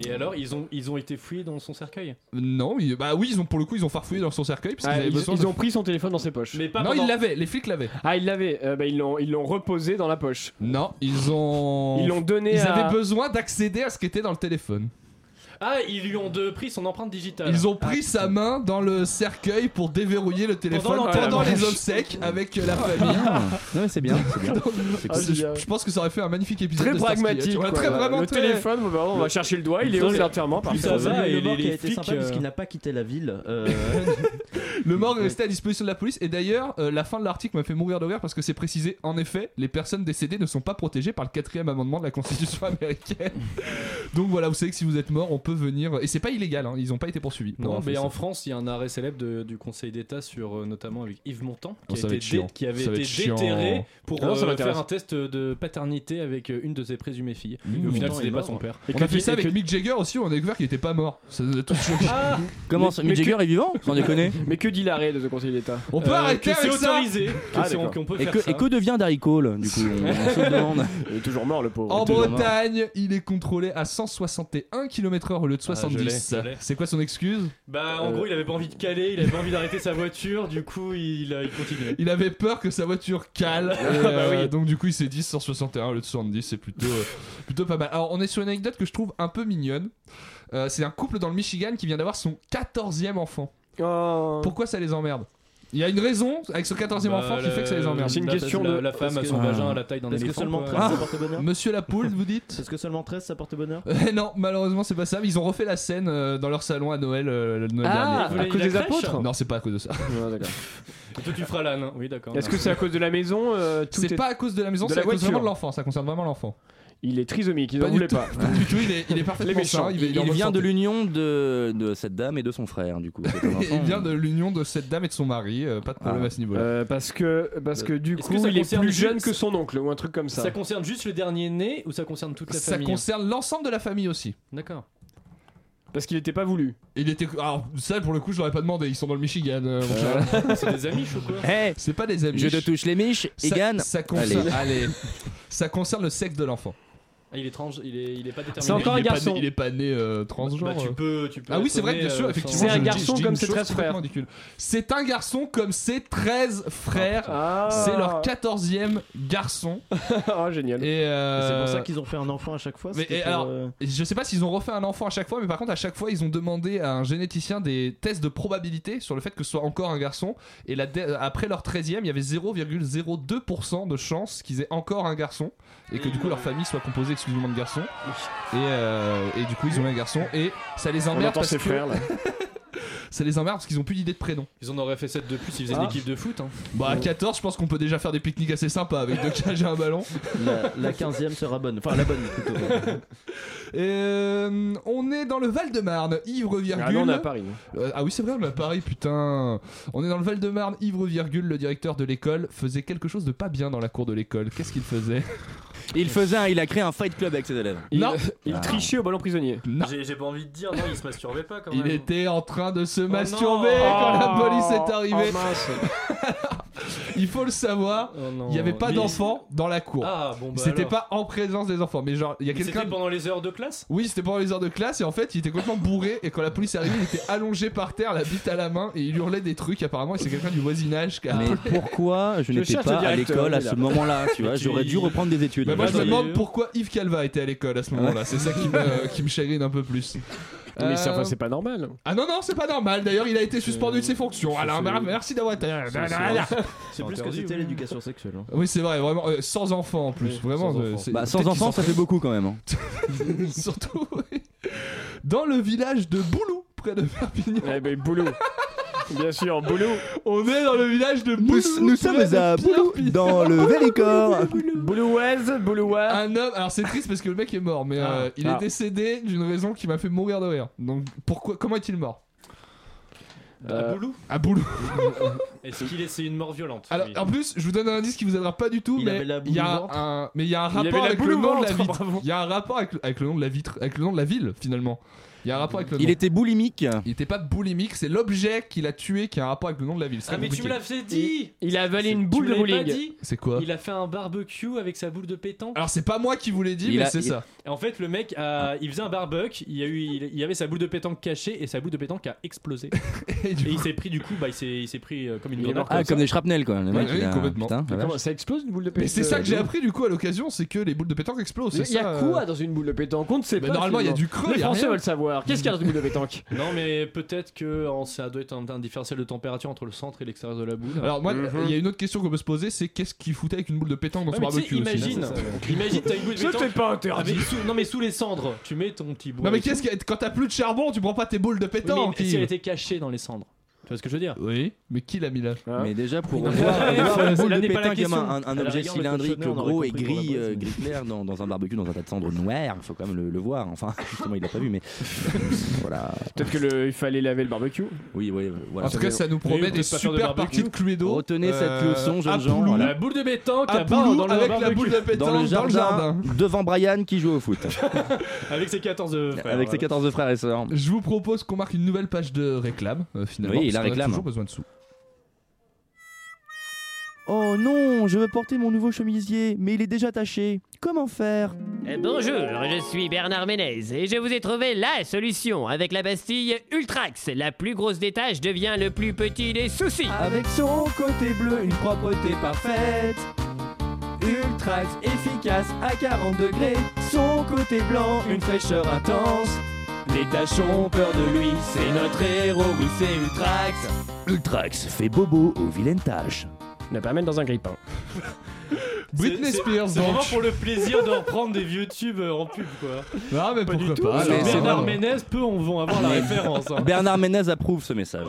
Speaker 7: Et alors, ils ont, ils ont été fouillés dans son cercueil.
Speaker 5: Non, ils- bah oui, ils ont pour le coup, ils ont farfouillé dans son cercueil parce qu'ils
Speaker 1: Ah,
Speaker 5: avaient
Speaker 1: ils,
Speaker 5: besoin.
Speaker 1: ils
Speaker 5: de-
Speaker 1: ont pris son téléphone dans ses poches.
Speaker 7: Mais pas
Speaker 5: Non, ils l'avaient, les flics l'avaient.
Speaker 1: Ah, ils l'avaient. Euh, bah, ils l'ont, ils l'ont reposé dans la poche.
Speaker 5: Non, ils ont.
Speaker 1: Ils l'ont donné
Speaker 5: Ils
Speaker 1: à-
Speaker 5: avaient besoin d'accéder à ce qui était dans le téléphone.
Speaker 7: Ah, ils lui ont de- pris son empreinte digitale. Ah.
Speaker 5: Ils ont pris sa main dans le cercueil pour déverrouiller le téléphone pendant,
Speaker 7: l'enterrement.
Speaker 5: les obsèques avec la famille.
Speaker 3: Ah. Non, mais c'est bien. c'est
Speaker 5: [laughs]
Speaker 3: bien.
Speaker 5: C'est
Speaker 7: Ah,
Speaker 5: cool. je, je pense que ça aurait fait un magnifique épisode.
Speaker 1: Ah, Très
Speaker 5: de Starsky et Hutch.
Speaker 1: pragmatique.
Speaker 5: Ouais,
Speaker 1: quoi.
Speaker 5: très vraiment
Speaker 1: le
Speaker 5: très-
Speaker 1: téléphone, bah, on va chercher le doigt, il est où, c'est l'enterrement,
Speaker 2: par
Speaker 1: parfait.
Speaker 2: contre.
Speaker 1: Ça va,
Speaker 2: Le
Speaker 1: et
Speaker 2: mort
Speaker 1: les-
Speaker 2: qui a
Speaker 1: les
Speaker 2: été
Speaker 1: flics,
Speaker 2: sympa parce
Speaker 1: euh,
Speaker 2: qu'il n'a pas quitté la ville. euh,
Speaker 5: [laughs] Le mort est resté à disposition de la police. Et d'ailleurs, euh, la fin de l'article m'a fait mourir de rire parce que c'est précisé en effet, les personnes décédées ne sont pas protégées par le quatrième amendement de la Constitution [laughs] américaine. Donc voilà, vous savez que si vous êtes mort, on peut venir. Et c'est pas illégal, hein, ils n'ont pas été poursuivis.
Speaker 7: Non,
Speaker 5: pour avoir
Speaker 7: mais
Speaker 5: fait
Speaker 7: en
Speaker 5: ça.
Speaker 7: France, il y a un arrêt célèbre de- du Conseil d'État sur euh, notamment avec Yves Montand
Speaker 5: Oh,
Speaker 7: qui,
Speaker 5: ça
Speaker 7: a
Speaker 5: va
Speaker 7: été
Speaker 5: être chiant.
Speaker 7: dé- qui avait
Speaker 5: Ça va
Speaker 7: été
Speaker 5: être chiant.
Speaker 7: déterré pour
Speaker 5: Ah non, ça
Speaker 7: euh,
Speaker 5: m'intéresse.
Speaker 7: faire un test de paternité avec euh, une de ses présumées filles.
Speaker 5: Mmh.
Speaker 7: Et au final,
Speaker 5: Montand
Speaker 7: c'était
Speaker 5: est
Speaker 7: pas
Speaker 5: mort.
Speaker 7: son père.
Speaker 5: on a fait ça avec Mick Jagger aussi, on a découvert qu'il était pas mort. Ça nous
Speaker 3: [laughs]
Speaker 5: a tous choqués.
Speaker 3: Ah Comment ça, Mick Jagger est vivant
Speaker 1: [laughs]
Speaker 3: Sans déconner.
Speaker 1: Mais que dit l'arrêt de ce Conseil d'État
Speaker 5: On peut
Speaker 7: Euh,
Speaker 5: arrêter
Speaker 7: que c'est
Speaker 5: avec ça
Speaker 7: autorisé, que
Speaker 1: Ah,
Speaker 7: c'est-
Speaker 1: d'accord.
Speaker 7: qu'on peut
Speaker 3: Et
Speaker 7: faire
Speaker 3: que,
Speaker 7: ça.
Speaker 3: et que devient Darry Cole Du coup, on se demande.
Speaker 1: Oh, Il est toujours mort le pauvre.
Speaker 5: En
Speaker 3: Toujours mort.
Speaker 5: Bretagne, il est contrôlé à 100 161 km/h au lieu de
Speaker 7: Ah, je l'ai,
Speaker 5: 70.
Speaker 7: je l'ai.
Speaker 5: c'est quoi son excuse
Speaker 7: Bah, en
Speaker 5: Euh.
Speaker 7: gros, il avait pas envie de caler, il avait pas envie d'arrêter sa voiture, du coup, il, il continuait.
Speaker 5: Il avait peur que sa voiture cale.
Speaker 7: Ah,
Speaker 5: et,
Speaker 7: bah
Speaker 5: euh,
Speaker 7: oui.
Speaker 5: Donc du coup, il s'est dit 161 au lieu de 70. C'est plutôt, euh, plutôt pas mal. Alors, on est sur une anecdote que je trouve un peu mignonne. Euh, c'est un couple dans le Michigan qui vient d'avoir son 14e enfant.
Speaker 1: Oh.
Speaker 5: Pourquoi ça les emmerde Il y a une raison avec son 14e
Speaker 7: Bah,
Speaker 5: enfant qui fait que ça les
Speaker 7: le-
Speaker 5: emmerde.
Speaker 2: Euh,
Speaker 7: C'est une Parce que question la- de- la femme
Speaker 2: Parce
Speaker 7: a
Speaker 2: que- Ah.
Speaker 7: son vagin à la taille d'un
Speaker 2: Parce que
Speaker 7: éléphant,
Speaker 2: seulement
Speaker 7: quoi.
Speaker 2: 13 ça
Speaker 7: Ah.
Speaker 2: porte bonheur
Speaker 5: Monsieur la poule, vous dites
Speaker 2: [laughs] Parce que seulement 13 ça porte [laughs] bonheur
Speaker 5: [laughs] Euh, non, malheureusement, c'est pas ça. mais Ils ont refait la scène euh, dans leur salon à Noël euh, le Noël
Speaker 1: Ah,
Speaker 5: dernier.
Speaker 1: à cause des apôtres
Speaker 5: Non, c'est pas à cause de ça.
Speaker 7: Et toi, tu feras l'âne, hein. oui, d'accord.
Speaker 1: Est-ce que c'est à cause de la maison euh, tout
Speaker 5: C'est
Speaker 1: est-
Speaker 5: pas à cause de la maison,
Speaker 1: de
Speaker 5: c'est
Speaker 1: la
Speaker 5: à cause vraiment
Speaker 1: voiture.
Speaker 5: de l'enfant. Ça concerne vraiment l'enfant.
Speaker 1: Il est trisomique, il
Speaker 5: Pas
Speaker 1: n'en
Speaker 5: du
Speaker 1: voulait
Speaker 5: tout.
Speaker 1: pas.
Speaker 5: Pas du tout, il est, il est
Speaker 1: Les
Speaker 5: [laughs] parfaitement
Speaker 1: méchants.
Speaker 5: sain.
Speaker 1: Il-
Speaker 5: est en
Speaker 1: il
Speaker 5: bonne
Speaker 1: vient
Speaker 5: santé.
Speaker 1: de
Speaker 3: l'union de, de cette dame et de son frère,
Speaker 5: [laughs]
Speaker 3: du coup. cet enfant.
Speaker 5: Il vient de l'union de cette dame et de son mari. euh, pas de problème
Speaker 3: Ah.
Speaker 5: à ce niveau-là.
Speaker 1: Euh, parce que, parce que du
Speaker 7: Est-ce
Speaker 1: coup,
Speaker 7: que ça
Speaker 1: il est
Speaker 7: concerne
Speaker 1: plus
Speaker 7: juste-
Speaker 1: jeune que son oncle ou un truc comme ça.
Speaker 7: Ça concerne juste le dernier né ou ça concerne toute la
Speaker 5: ça
Speaker 7: famille hein.
Speaker 5: concerne l'ensemble de la famille aussi.
Speaker 7: D'accord.
Speaker 1: Parce qu'il n'était pas voulu.
Speaker 5: Il était. Alors, ça, pour le coup, je l'aurais pas demandé. Ils sont dans le Michigan. euh, mon
Speaker 1: [laughs]
Speaker 5: cher.
Speaker 7: C'est des amiches ou quoi
Speaker 3: Hey,
Speaker 5: C'est pas des amis.
Speaker 3: je te touche les miches,
Speaker 5: Ça-
Speaker 3: Egan.
Speaker 5: Ça concerne.
Speaker 3: Allez.
Speaker 5: Allez. Ça concerne le sexe de l'enfant.
Speaker 7: ah, Il est trans, il est, il est pas déterminé.
Speaker 1: C'est encore un
Speaker 5: il est pas
Speaker 1: garçon.
Speaker 5: né- il est pas né euh, transgenre.
Speaker 7: Bah, tu
Speaker 5: euh.
Speaker 7: peux, tu peux
Speaker 5: Ah oui,
Speaker 7: être
Speaker 5: c'est vrai,
Speaker 7: né,
Speaker 5: bien sûr,
Speaker 7: euh,
Speaker 5: effectivement.
Speaker 7: sans-
Speaker 1: C'est un
Speaker 5: je- je- je
Speaker 1: garçon
Speaker 5: dis
Speaker 1: comme
Speaker 5: une
Speaker 1: ses
Speaker 5: chose
Speaker 1: 13 frères.
Speaker 5: complètement ridicule. C'est un garçon comme ses 13 frères.
Speaker 1: Ah.
Speaker 5: C'est leur 14e garçon.
Speaker 1: Ah, génial.
Speaker 5: Et euh,
Speaker 2: C'est pour ça qu'ils ont fait un enfant à chaque fois
Speaker 5: mais-
Speaker 2: c'était
Speaker 5: et
Speaker 2: pour,
Speaker 5: alors-
Speaker 2: euh,
Speaker 5: Je sais pas s'ils ont refait un enfant à chaque fois, mais par contre, à chaque fois, ils ont demandé à un généticien des tests de probabilité sur le fait que ce soit encore un garçon. Et la dé- euh, après leur 13e, il y avait 0,02% de chance qu'ils aient encore un garçon. Et que du coup, leur famille soit composée exclusivement de garçons. Et, euh, et du coup, ils ont eu un garçon. Et ça les
Speaker 1: On
Speaker 5: emmerde
Speaker 1: entend
Speaker 5: parce
Speaker 1: ses
Speaker 5: que-
Speaker 1: frères là.
Speaker 5: [laughs] ça les emmerde parce qu'ils ont plus d'idée de prénom.
Speaker 7: Ils en auraient fait 7 de plus, ils faisaient
Speaker 1: Ah.
Speaker 7: une équipe de foot. Hein.
Speaker 5: Bah, à 14, je pense qu'on peut déjà faire des pique-niques assez sympas avec deux [laughs] cages et un ballon.
Speaker 2: la, la 15ème sera bonne Enfin la bonne
Speaker 5: [laughs]
Speaker 2: plutôt
Speaker 5: Euh, on est dans le Val-de-Marne, ivre virgule.
Speaker 1: Ah non, on est à Paris.
Speaker 5: Euh, ah oui, c'est vrai, on est à Paris, putain. On est dans le Val-de-Marne, ivre virgule. Le directeur de l'école faisait quelque chose de pas bien dans la cour de l'école. Qu'est-ce qu'il faisait
Speaker 3: Il faisait, un- il a créé un fight club avec ses élèves. Ah.
Speaker 1: Il-
Speaker 5: [laughs]
Speaker 1: euh,
Speaker 5: Non,
Speaker 1: Il trichait au ballon prisonnier.
Speaker 5: non.
Speaker 7: J'ai j'ai pas envie de dire, non, il se masturbait pas quand
Speaker 5: Il
Speaker 7: même.
Speaker 5: était en train de
Speaker 1: Oh
Speaker 5: se
Speaker 7: non.
Speaker 5: masturber quand la police est arrivée. Il faut le savoir,
Speaker 7: Oh non.
Speaker 5: il n'y avait pas
Speaker 7: Mais-
Speaker 5: d'enfants dans la cour.
Speaker 7: Ah bon, bah.
Speaker 5: C'était
Speaker 7: alors.
Speaker 5: pas en présence des enfants, mais genre, il y a
Speaker 7: Mais
Speaker 5: quelqu'un
Speaker 7: C'était pendant les heures de classe
Speaker 5: Oui, c'était pendant les heures de classe et en fait, il était complètement bourré et quand la police est arrivée, il était allongé par terre, la bite à la main et il hurlait des trucs apparemment et c'est quelqu'un du voisinage qui a [laughs]
Speaker 3: Mais pourquoi je n'étais
Speaker 1: cherche le
Speaker 3: pas à
Speaker 1: directeur,
Speaker 3: l'école à
Speaker 1: il est
Speaker 3: ce
Speaker 1: là.
Speaker 3: moment-là
Speaker 1: [laughs]
Speaker 3: Tu vois, j'aurais
Speaker 7: [laughs]
Speaker 3: dû reprendre des études.
Speaker 5: Bah moi je me
Speaker 7: Vas-y.
Speaker 5: demande pourquoi Yves Calva était à l'école à ce moment-là, c'est ça qui me, qui me chagrine un peu plus.
Speaker 1: Mais c'est-
Speaker 5: Euh,
Speaker 1: enfin, c'est pas normal.
Speaker 5: Ah non non c'est pas normal d'ailleurs il a été suspendu de ses fonctions Alain Bar- merci d'avoir
Speaker 2: C'est plus que
Speaker 7: interdit,
Speaker 2: c'était
Speaker 7: oui.
Speaker 2: l'éducation sexuelle hein.
Speaker 5: Oui c'est vrai vraiment euh, sans enfant en plus
Speaker 7: Oui,
Speaker 5: vraiment
Speaker 7: sans
Speaker 5: euh,
Speaker 7: enfant.
Speaker 5: c'est-
Speaker 3: Bah, sans
Speaker 5: peut-être qu'ils
Speaker 3: enfant, ça fait beaucoup quand même. hein.
Speaker 5: s'en- [laughs] surtout oui. dans le village de Boulou près de Perpignan
Speaker 1: Eh ben, boulot. Bien sûr, boulot.
Speaker 5: on est dans le village de Boulou
Speaker 3: Nous, nous sommes
Speaker 5: près de
Speaker 3: à Boulou,
Speaker 5: Perpignan.
Speaker 3: dans le Véricor.
Speaker 1: Boulouaise, Boulouaise.
Speaker 5: un homme. Alors c'est triste parce que le mec est mort, mais euh, il
Speaker 1: Ah.
Speaker 5: est décédé d'une raison qui m'a fait mourir de rire. Donc pourquoi Comment est-il mort
Speaker 1: Euh,
Speaker 7: À Boulou
Speaker 5: À
Speaker 1: [laughs]
Speaker 5: Boulou.
Speaker 7: Est-ce qu'il est, c'est une mort violente
Speaker 5: Alors
Speaker 7: lui
Speaker 5: en plus, je vous donne un indice qui vous aidera pas du tout,
Speaker 2: Il
Speaker 5: mais
Speaker 2: avait la boule
Speaker 5: il y a
Speaker 2: au ventre.
Speaker 5: un, mais il y a un
Speaker 1: Il avait
Speaker 5: rapport
Speaker 1: la
Speaker 5: avec
Speaker 1: boule
Speaker 5: le
Speaker 1: au
Speaker 5: nom de la
Speaker 1: ventre,
Speaker 5: vitre.
Speaker 1: bravo.
Speaker 5: Il y a un rapport avec, avec le nom de la vitre, avec le nom de la ville finalement. Il y a un rapport avec le nom.
Speaker 3: Il était boulimique.
Speaker 5: Il était pas boulimique, c'est l'objet qu'il a tué qui a un rapport avec le nom de la ville. C'est
Speaker 7: Ah,
Speaker 5: très
Speaker 7: mais tu me
Speaker 5: compliqué.
Speaker 7: l'as fait dit
Speaker 1: Il a avalé une
Speaker 7: Tu
Speaker 1: boule
Speaker 7: me
Speaker 1: de
Speaker 7: l'avais pas
Speaker 1: bowling.
Speaker 7: dit
Speaker 5: C'est quoi
Speaker 7: Il a fait un barbecue avec sa boule de pétanque.
Speaker 5: Alors c'est pas moi qui vous l'ai dit,
Speaker 3: Il
Speaker 5: mais
Speaker 3: a-
Speaker 5: c'est
Speaker 3: il-
Speaker 5: ça.
Speaker 7: Et en fait, le mec, a- il faisait un barbecue, il, y a eu, il, il y avait sa boule de pétanque cachée et sa boule de pétanque a
Speaker 5: [laughs]
Speaker 7: explosé.
Speaker 5: Et
Speaker 7: Et
Speaker 5: du
Speaker 7: il s'est pris du coup, bah, il s'est il s'est pris euh, comme une
Speaker 1: Il est
Speaker 7: grenade.
Speaker 1: mort
Speaker 3: Ah, comme
Speaker 7: ça.
Speaker 3: des shrapnels quoi. Le
Speaker 1: Bah,
Speaker 3: mec,
Speaker 5: Ouais,
Speaker 3: il
Speaker 5: oui,
Speaker 3: a-
Speaker 5: complètement.
Speaker 3: Putain, la vache.
Speaker 1: Comment ça euh, explose une boule de pétanque
Speaker 5: Mais c'est ça que j'ai appris du coup à l'occasion, c'est que les boules de pétanque explosent.
Speaker 1: Il
Speaker 5: c'est
Speaker 1: y a
Speaker 5: ça,
Speaker 1: quoi
Speaker 5: euh.
Speaker 1: dans une boule de pétanque On ne sait
Speaker 5: Bah,
Speaker 1: pas.
Speaker 5: Normalement, il y a
Speaker 1: finalement.
Speaker 5: du creux.
Speaker 1: Les
Speaker 5: il y a
Speaker 1: Français
Speaker 5: rien.
Speaker 1: veulent savoir. Qu'est-ce qu'il y a dans une boule de
Speaker 5: [laughs]
Speaker 1: pétanque
Speaker 7: Non, mais peut-être que oh, ça doit être un, un différentiel de température entre le centre et l'extérieur de la boule.
Speaker 5: Alors moi, il
Speaker 1: Mhm.
Speaker 5: y a une autre question qu'on peut se poser, c'est qu'est-ce qu'il foutait avec une boule de pétanque dans
Speaker 7: Ouais,
Speaker 5: son
Speaker 7: mais tu sais,
Speaker 5: barbecue aussi
Speaker 7: imagine, imagine, t'as une boule de
Speaker 1: Je t'ai
Speaker 7: pétanque.
Speaker 1: pas
Speaker 7: avec-
Speaker 1: interdit.
Speaker 7: sous- non, mais sous les cendres, tu mets ton petit bout.
Speaker 5: Non mais
Speaker 7: avec-
Speaker 5: qu'est-ce que quand t'as plus de charbon, tu prends pas tes boules de
Speaker 7: Oui, mais
Speaker 5: pétanque
Speaker 7: si elle
Speaker 5: Yves.
Speaker 7: était cachée dans les cendres. Tu vois ce que je veux dire
Speaker 5: Oui, mais qui l'a mis là
Speaker 3: Mais déjà pour
Speaker 7: Hein [laughs] Non, mais-
Speaker 3: voir
Speaker 7: Ouais,
Speaker 3: voir
Speaker 7: c'est-
Speaker 3: une boule
Speaker 7: là
Speaker 3: de
Speaker 7: n'est pas la
Speaker 3: pétanque comme un,
Speaker 7: question.
Speaker 3: un
Speaker 7: À la
Speaker 3: objet
Speaker 7: rigueur, le
Speaker 3: cylindrique
Speaker 7: cochonnet, on aurait
Speaker 3: gros et
Speaker 7: compris
Speaker 3: gris,
Speaker 7: pour la base,
Speaker 3: euh,
Speaker 7: mais-
Speaker 3: gris clair dans, dans un barbecue, dans un tas de cendres noires, il faut quand même le, le voir. Enfin, [laughs] justement, il l'a pas vu, mais voilà.
Speaker 1: Peut-être que le- il fallait laver le barbecue.
Speaker 3: Oui, oui, voilà.
Speaker 5: En tout cas, ça nous promet
Speaker 7: on
Speaker 5: des
Speaker 7: peut pas faire de
Speaker 5: super
Speaker 7: barbecue.
Speaker 5: parties de Cluedo.
Speaker 3: Retenez cette leçon, jeunes
Speaker 5: euh, à
Speaker 3: gens,
Speaker 5: Poulou-
Speaker 3: voilà.
Speaker 7: La boule de pétanque
Speaker 5: à
Speaker 7: à part
Speaker 5: Poulou
Speaker 7: dans le
Speaker 5: avec la
Speaker 7: barbecue.
Speaker 5: boule de pétanque
Speaker 3: dans le jardin,
Speaker 5: jardin.
Speaker 3: devant Brian qui joue au
Speaker 7: [laughs]
Speaker 3: foot
Speaker 7: Avec ses euh, 14 de frères,
Speaker 3: avec ses
Speaker 7: voilà.
Speaker 3: 14 frères et sœurs.
Speaker 5: Je vous propose qu'on marque une nouvelle page de réclame euh, finalement.
Speaker 3: Oui,
Speaker 5: parce
Speaker 3: la
Speaker 5: qu'on a
Speaker 3: réclame.
Speaker 5: Toujours besoin de sous.
Speaker 3: Oh non, je veux porter mon nouveau chemisier, mais il est déjà taché. Comment faire
Speaker 12: Euh, Bonjour, je suis Bernard Ménez et je vous ai trouvé la solution avec la pastille Ultrax. La plus grosse des tâches devient le plus petit des soucis.
Speaker 13: Avec son côté bleu, une propreté parfaite. Ultrax efficace à 40 degrés. Son côté blanc, une fraîcheur intense. Les tâches ont peur de lui, c'est notre héros, oui, c'est Ultrax.
Speaker 3: Ultrax fait bobo aux vilaines tâches.
Speaker 1: Ne pas mettre dans un grippin.
Speaker 5: Britney
Speaker 7: C'est-
Speaker 5: Spears,
Speaker 7: C'est
Speaker 5: donc.
Speaker 7: vraiment pour le plaisir de reprendre des vieux tubes euh, en pub, quoi.
Speaker 5: Ah, mais
Speaker 7: du
Speaker 5: pourquoi
Speaker 7: tout.
Speaker 5: pas
Speaker 7: Mais
Speaker 5: alors.
Speaker 7: Bernard Ménez, peu on vont avoir la référence. hein.
Speaker 3: Bernard Ménez approuve ce message.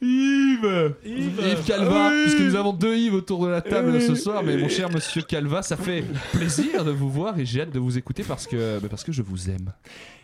Speaker 5: Yves
Speaker 7: Yves euh,
Speaker 5: Yves Calva,
Speaker 7: Oui
Speaker 5: puisque nous avons deux Yves autour de la table ce soir, mais mon cher monsieur Calva, ça fait plaisir de vous voir et j'ai hâte de vous écouter parce que, bah, parce que je vous aime.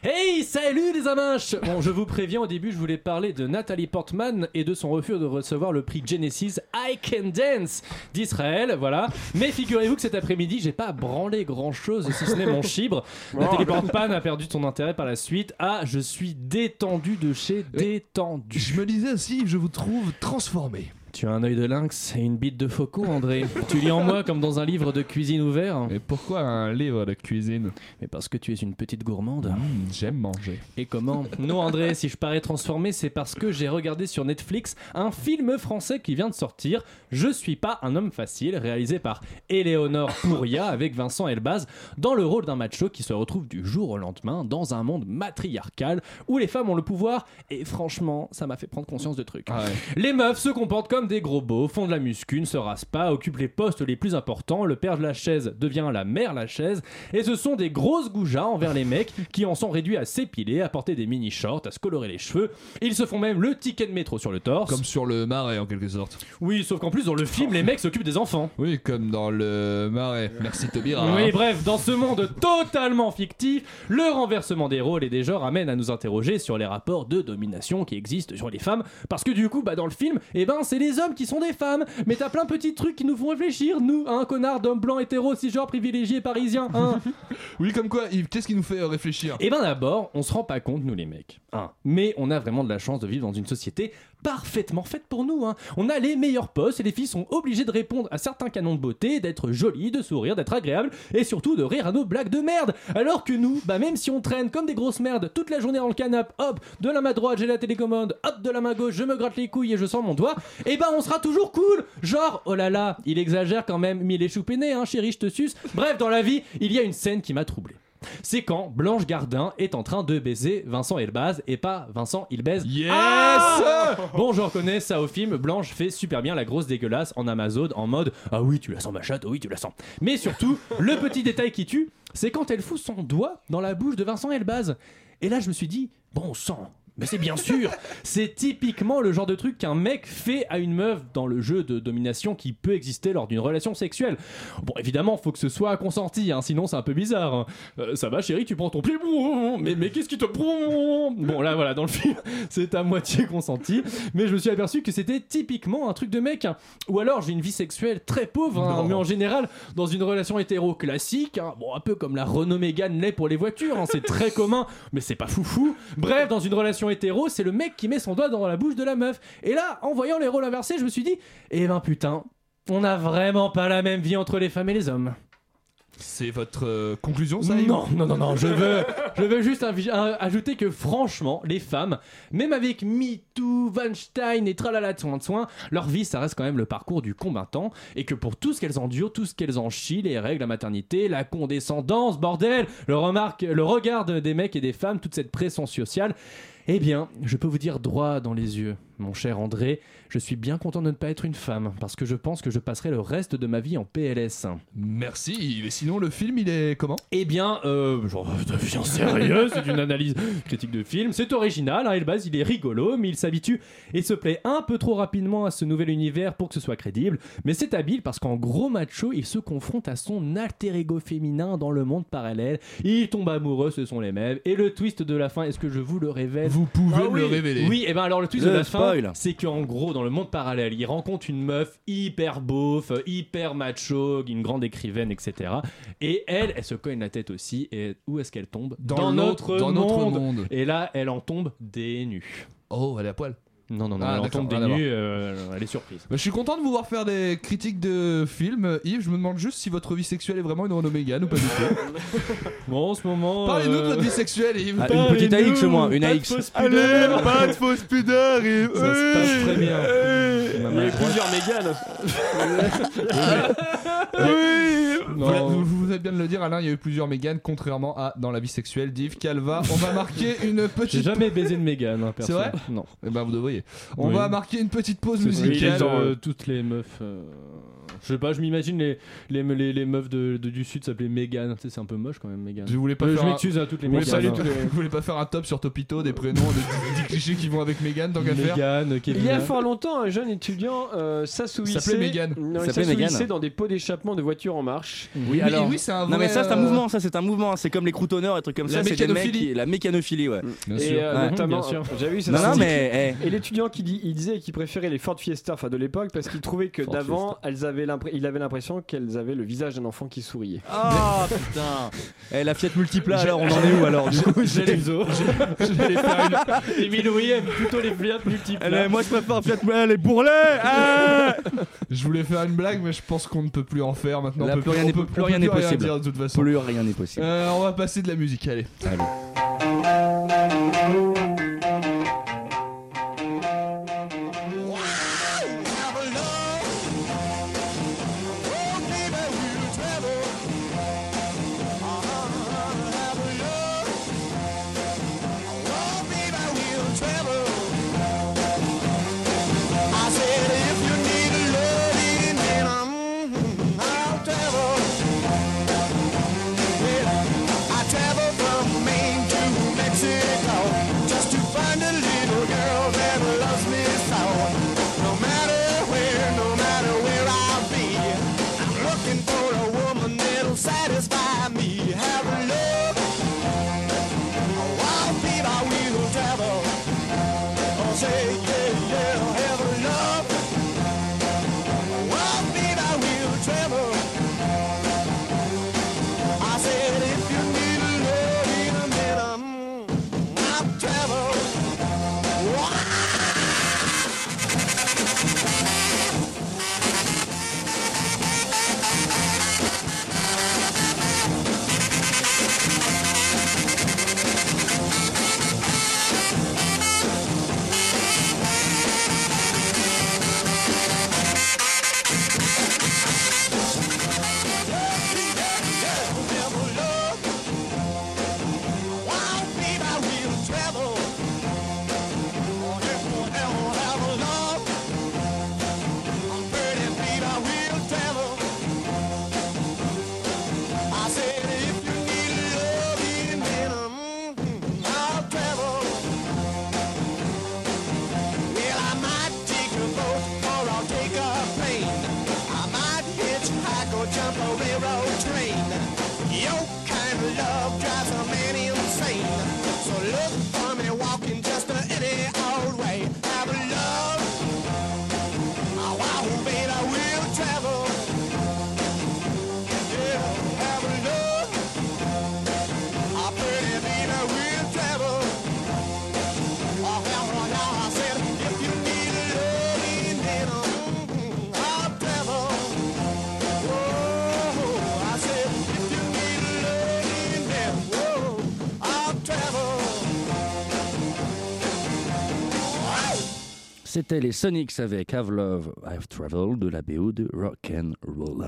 Speaker 7: Hey, salut les amanches Bon, je vous préviens, au début, je voulais parler de Nathalie Portman et de son refus de recevoir le prix Genesis I Can Dance d'Israël, voilà. Mais figurez-vous que cet après-midi, j'ai pas branlé grand-chose, si ce n'est mon chibre. Nathalie Portman a perdu son intérêt par la suite. Ah, je suis détendu de chez détendu.
Speaker 5: Je me disais aussi, je vous trouve transformé.
Speaker 7: Tu as un œil de lynx et une bite de faucon, André. tu lis en moi comme dans un livre de cuisine ouvert.
Speaker 5: Mais pourquoi un livre de cuisine
Speaker 7: Mais parce que tu es une petite gourmande.
Speaker 5: Mmh, J'aime manger.
Speaker 7: Et comment Non, André, si je parais transformé, c'est parce que j'ai regardé sur Netflix un film français qui vient de sortir, Je suis pas un homme facile, réalisé par Éléonore Pouria avec Vincent Elbaz, dans le rôle d'un macho qui se retrouve du jour au lendemain dans un monde matriarcal où les femmes ont le pouvoir. Et franchement, ça m'a fait prendre conscience de trucs. Les meufs se comportent comme des gros beaux, font de la muscu, ne se rasent pas, occupent les postes les plus importants, le père de la chaise devient la mère la chaise, et ce sont des grosses goujas envers les mecs qui en sont réduits à s'épiler, à porter des mini shorts, à se colorer les cheveux. Ils se font même le ticket de métro sur le torse.
Speaker 5: Comme sur le marais en quelque sorte.
Speaker 7: Oui, sauf qu'en plus dans le film, les mecs s'occupent des enfants.
Speaker 5: Oui, comme dans le marais. Merci Tobira.
Speaker 7: Oui, bref, dans ce monde totalement fictif, le renversement des rôles et des genres amène à nous interroger sur les rapports de domination qui existent sur les femmes, parce que du coup, bah, dans le film, eh ben, c'est les hommes qui sont des femmes. Mais t'as plein de petits trucs qui nous font réfléchir, nous, hein, connards d'hommes blancs, hétéros, cisgenres, privilégiés, parisiens, hein.
Speaker 5: Oui, comme quoi, Yves, qu'est-ce qui nous fait euh, réfléchir
Speaker 7: Eh ben d'abord, on se rend pas compte, nous les mecs. Hein. Mais on a vraiment de la chance de vivre dans une société parfaitement faite pour nous. Hein. On a les meilleurs postes et les filles sont obligées de répondre à certains canons de beauté, d'être jolies, de sourire, d'être agréables et surtout de rire à nos blagues de merde. Alors que nous, bah même si on traîne comme des grosses merdes toute la journée dans le canapé, hop, de la main droite j'ai la télécommande, hop, de la main gauche je me gratte les couilles et je sens mon doigt, eh ben on sera toujours cool. Genre, oh là là, il exagère quand même, mais il est choupéné, hein, chérie, je te suce. Bref, dans la vie, il y a une scène qui m'a troublé. C'est quand Blanche Gardin est en train de baiser Vincent Elbaz et pas Vincent il baise.
Speaker 5: Yes
Speaker 7: Ah bon, je reconnais ça au film. Blanche fait super bien la grosse dégueulasse en Amazon en mode Ah oui, tu la sens ma chatte, ah oui, tu la sens. Mais surtout, le petit détail qui tue, c'est quand elle fout son doigt dans la bouche de Vincent Elbaz. Et là, je me suis dit Bon sang mais c'est bien sûr C'est typiquement le genre de truc qu'un mec fait à une meuf dans le jeu de domination qui peut exister lors d'une relation sexuelle. Bon, évidemment, faut que ce soit consenti, hein, sinon c'est un peu bizarre. hein. Euh, ça va, chérie, tu prends ton pli, mais, mais qu'est-ce qui te prend Bon, là, voilà, dans le film, [laughs] c'est à moitié consenti, mais je me suis aperçu que c'était typiquement un truc de mec. hein. Ou alors, j'ai une vie sexuelle très pauvre, hein, mais en général, dans une relation hétéro classique, hein, bon, un peu comme la Renault Mégane l'est pour les voitures, hein, c'est très commun, mais c'est pas foufou. Bref, dans une relation hétéro, c'est le mec qui met son doigt dans la bouche de la meuf. Et là, en voyant les rôles inversés, je me suis dit, eh ben putain, on n'a vraiment pas la même vie entre les femmes et les hommes.
Speaker 5: C'est votre euh, conclusion, ça Yves
Speaker 7: Non, non, non, non, je veux, je veux juste invi- un- ajouter que franchement, les femmes, même avec MeToo, Weinstein et tralala de soin de soin, leur vie, ça reste quand même le parcours du combattant et que pour tout ce qu'elles endurent, tout ce qu'elles en chient, les règles, la maternité, la condescendance, bordel, le, remarque, le regard de- des mecs et des femmes, toute cette pression sociale, eh bien, je peux vous dire droit dans les yeux, mon cher André, je suis bien content de ne pas être une femme parce que je pense que je passerai le reste de ma vie en PLS.
Speaker 5: Merci Yves. Et sinon, le film, il est comment
Speaker 7: Eh bien, euh, genre, deviens sérieux, c'est une analyse critique de film. C'est original, hein, Elbaz, il est rigolo, mais il s'habitue et se plaît un peu trop rapidement à ce nouvel univers pour que ce soit crédible. Mais c'est habile parce qu'en gros macho, il se confronte à son alter ego féminin dans le monde parallèle. Il tombe amoureux, ce sont les mêmes. Et le twist de la fin, est-ce que je vous le révèle
Speaker 5: Vous pouvez
Speaker 7: Ah
Speaker 5: me le
Speaker 7: oui.
Speaker 5: révéler.
Speaker 7: Oui, et ben alors le twist
Speaker 5: Le
Speaker 7: de la
Speaker 5: spoil.
Speaker 7: fin, c'est qu'en gros, dans le monde parallèle, il rencontre une meuf hyper beauf, euh, hyper macho, une grande écrivaine, etc. Et elle, elle se cogne la tête aussi. Et où est-ce qu'elle tombe
Speaker 5: Dans l'autre- dans notre monde.
Speaker 7: Et là, elle en tombe des nues.
Speaker 5: Oh, elle est à poil.
Speaker 7: Non, non, non,
Speaker 5: Ah,
Speaker 7: elle en
Speaker 5: d'accord,
Speaker 7: tombe des
Speaker 5: rien à
Speaker 7: nues,
Speaker 5: voir.
Speaker 7: euh, elle est surprise.
Speaker 5: Bah, je suis content de vous voir faire des critiques de films. Euh, Yves, je me demande juste si votre vie sexuelle est vraiment une renomégane ou pas du tout.
Speaker 7: [laughs] bon, en ce moment.
Speaker 5: Parlez-nous de
Speaker 7: euh,
Speaker 5: votre vie sexuelle, Yves.
Speaker 7: Ah, une petite Parlez-nous, AX au moins, une pas de AX. fausse pudeur.
Speaker 5: fausse pudeur, Yves. Euh.
Speaker 7: Ça se passe très bien.
Speaker 5: Eh.
Speaker 1: Il y a eu plusieurs [laughs] méganes.
Speaker 5: Oui.
Speaker 1: Non.
Speaker 5: Ah, Voilà, vous, vous faites bien de le dire, Alain, il y a eu plusieurs méganes, contrairement à dans la vie sexuelle d'Yves Calva. On va marquer une
Speaker 7: [laughs] J'ai
Speaker 5: petite.
Speaker 7: jamais baisé de Mégane, hein,
Speaker 5: C'est
Speaker 7: perso.
Speaker 5: vrai
Speaker 7: Non.
Speaker 5: Eh ben, vous devriez. On
Speaker 7: Oui.
Speaker 5: va marquer une petite pause
Speaker 7: C'est ce
Speaker 5: musicale.
Speaker 7: week-end, euh, toutes les meufs. euh, Je sais pas, je m'imagine les, les, les, les meufs de, de- du sud s'appelaient Mégane. Tu sais, c'est un peu moche quand même, Mégane.
Speaker 5: Je voulais pas
Speaker 7: Euh,
Speaker 5: faire
Speaker 7: Je
Speaker 5: un-
Speaker 7: m'excuse à toutes les hein.
Speaker 5: Vous voulez
Speaker 7: Méganes.
Speaker 5: pas- Vous voulez pas faire un top sur Topito des prénoms, des, des clichés qui vont avec Mégane tant qu'à faire
Speaker 7: Mégane,
Speaker 1: Il y a
Speaker 7: Kevin.
Speaker 1: fort longtemps, un jeune étudiant euh,
Speaker 5: Il s'appelait
Speaker 1: s'assouvissait
Speaker 5: Mégane.
Speaker 1: Non,
Speaker 5: Il
Speaker 1: il
Speaker 5: s'appelait Mégane.
Speaker 1: s'assouvissait dans des pots d'échappement de voitures en marche.
Speaker 7: [laughs]
Speaker 3: Oui, alors. Non, mais ça, c'est un
Speaker 1: euh,
Speaker 3: mouvement, ça, c'est un mouvement. hein. C'est comme les croutonneurs et
Speaker 5: [laughs]
Speaker 3: trucs comme
Speaker 1: La
Speaker 3: ça. C'est des mecs
Speaker 1: mécanophilie.
Speaker 3: qui- La mécanophilie, ouais.
Speaker 1: et euh,
Speaker 3: Ouais.
Speaker 1: notamment, j'avais eu cette
Speaker 3: Non, non,
Speaker 1: statistique.
Speaker 3: mais. eh,
Speaker 1: Et l'étudiant qui dit, il disait qu'il préférait les Ford Fiesta, enfin de l'époque, parce qu'il trouvait que
Speaker 3: Ford
Speaker 1: d'avant, elles avaient l'impr- il avait l'impression qu'elles avaient le visage d'un enfant qui souriait.
Speaker 3: Ah putain [laughs] Eh, la Fiat Multipla,
Speaker 1: [laughs]
Speaker 3: alors, on en est où alors Du coup, [laughs]
Speaker 1: J'allais-
Speaker 7: J'allais faire une- Émile Louis aime plutôt les plates multiples.
Speaker 5: hein.
Speaker 3: Eh, Moi, je préfère Fiat Multipla, les bourrelets ah
Speaker 5: Je voulais faire une blague, mais je pense qu'on ne peut plus en faire maintenant.
Speaker 3: Là,
Speaker 5: on peut
Speaker 3: plus rien
Speaker 5: on
Speaker 3: n'est-
Speaker 5: peut-
Speaker 3: plus
Speaker 5: on peut
Speaker 3: rien n'est possible.
Speaker 5: dire de toute façon.
Speaker 3: Plus rien n'est possible.
Speaker 5: Euh, on va passer de la musique, allez.
Speaker 11: Just to find a little girl that loves me so. No matter where, no matter where I'll be, I'm looking for a woman that'll satisfy me. Have a love. Oh, I'll be my wheel travel. Oh, say, yeah, yeah, have a love. Oh, I'll be my wheel travel. I said, if you need a love, in a minute, I'll travel. Oh, mm-hmm, Jump a railroad train. Your kind of love drives a man insane. So look for me walking just a any old way. Have a love. Oh, wow, baby, I will travel. Yeah, have a love. I pretty baby, I will travel. Oh, hell, no, no, I said, if you need a loving, then mm, I'll travel. Oh, I said, if you need a loving, then whoa, I'll travel.
Speaker 3: C'était les Sonics avec Have Love, I've Traveled de la BO de Rock'n'Roll.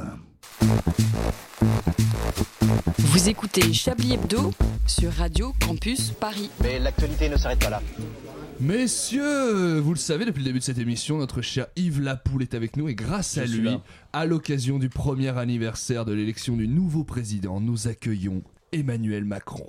Speaker 8: Vous écoutez Chablis Hebdo sur Radio Campus Paris.
Speaker 14: Mais l'actualité ne s'arrête pas là.
Speaker 5: Messieurs, vous le savez, depuis le début de cette émission, notre cher Yves Lapoule est avec nous et grâce à
Speaker 2: suis
Speaker 5: lui,
Speaker 2: là.
Speaker 5: à l'occasion du premier anniversaire de l'élection du nouveau président, nous accueillons Emmanuel Macron.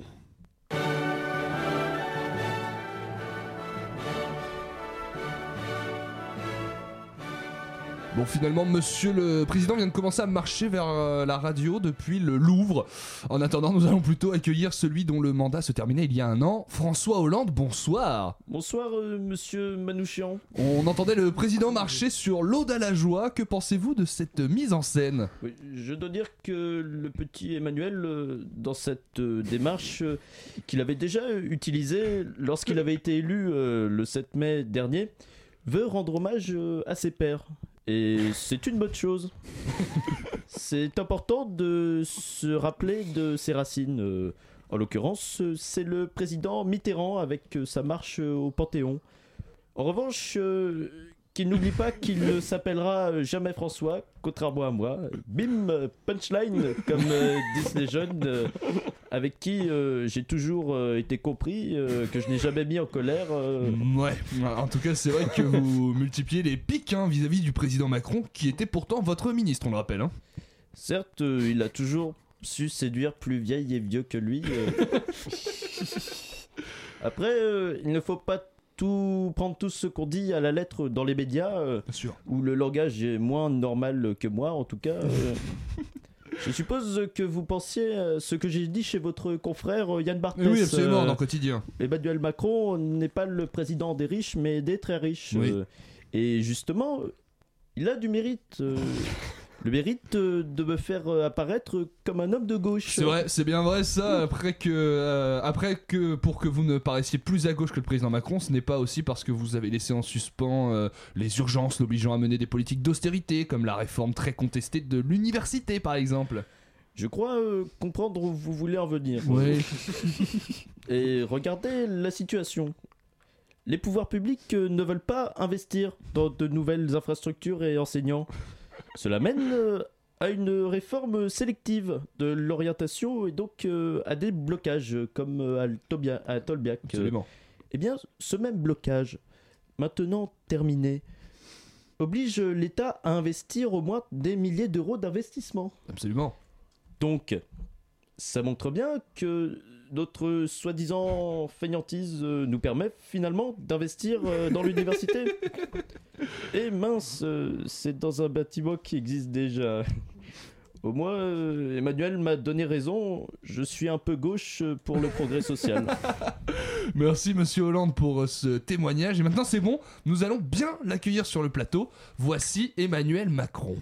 Speaker 5: Bon, finalement, monsieur le président vient de commencer à marcher vers euh, la radio depuis le Louvre. En attendant, nous allons plutôt accueillir celui dont le mandat se terminait il y a un an, François Hollande. Bonsoir.
Speaker 2: Bonsoir, euh, monsieur Manouchian.
Speaker 5: On entendait le président marcher sur l'Aude à la joie. Que pensez-vous de cette mise en scène
Speaker 2: Oui, je dois dire que le petit Emmanuel, euh, dans cette euh, démarche euh, qu'il avait déjà utilisée lorsqu'il avait été élu euh, le 7 mai dernier, veut rendre hommage euh, à ses pères. Et c'est une bonne chose. c'est important de se rappeler de ses racines. Euh, En l'occurrence, euh, c'est le président Mitterrand avec euh, sa marche euh, au Panthéon. En revanche, euh, qu'il n'oublie pas qu'il ne s'appellera jamais François, contrairement à moi. Bim, euh, punchline, comme euh, disent les jeunes, euh, avec qui euh, j'ai toujours euh, été compris, euh, que je n'ai jamais mis en colère. euh.
Speaker 5: Ouais, en tout cas, c'est vrai que vous multipliez les pics hein, vis-à-vis du président Macron, qui était pourtant votre ministre, on le rappelle. Hein.
Speaker 2: Certes, euh, il a toujours su séduire plus vieille et vieux que lui.
Speaker 5: [laughs]
Speaker 2: euh. Après, euh, il ne faut pas tout prendre tout ce qu'on dit à la lettre dans les médias, euh, où le langage est moins normal que moi, en tout cas.
Speaker 5: [laughs]
Speaker 2: euh. Je suppose que vous pensiez à ce que j'ai dit chez votre confrère euh, Yann Barthès.
Speaker 5: oui, absolument,
Speaker 2: euh,
Speaker 5: dans le quotidien.
Speaker 2: Emmanuel Macron n'est pas le président des riches, mais des très riches.
Speaker 5: Oui.
Speaker 2: Euh, et justement, euh, il a du mérite.
Speaker 5: [laughs]
Speaker 2: euh, le mérite euh, de me faire euh, apparaître comme un homme de gauche.
Speaker 5: C'est vrai, c'est bien vrai ça. Après que, euh, après que, pour que vous ne paraissiez plus à gauche que le président Macron, ce n'est pas aussi parce que vous avez laissé en suspens euh, les urgences l'obligeant à mener des politiques d'austérité, comme la réforme très contestée de l'université, par exemple.
Speaker 2: Je crois euh, comprendre où vous voulez en venir.
Speaker 5: Ouais.
Speaker 2: [laughs] Et regardez la situation. Les pouvoirs publics euh, ne veulent pas investir dans de nouvelles infrastructures et enseignants. Cela mène euh, à une réforme sélective de l'orientation et donc euh, à des blocages euh, comme euh, à, Tobia- à Tolbiac. Euh,
Speaker 5: Absolument.
Speaker 2: Eh bien, ce même blocage, maintenant terminé, oblige l'État à investir au moins des milliers d'euros d'investissement.
Speaker 5: Absolument.
Speaker 2: Donc, ça montre bien que notre soi-disant feignantise euh, nous permet finalement d'investir euh, dans l'université. Et mince, euh, c'est dans un bâtiment qui existe déjà. [laughs] Au moins, euh, Emmanuel m'a donné raison, je suis un peu gauche euh, pour le progrès [laughs] social.
Speaker 5: Merci Monsieur Hollande pour euh, ce témoignage. Et maintenant c'est bon, nous allons bien l'accueillir sur le plateau. Voici Emmanuel Macron.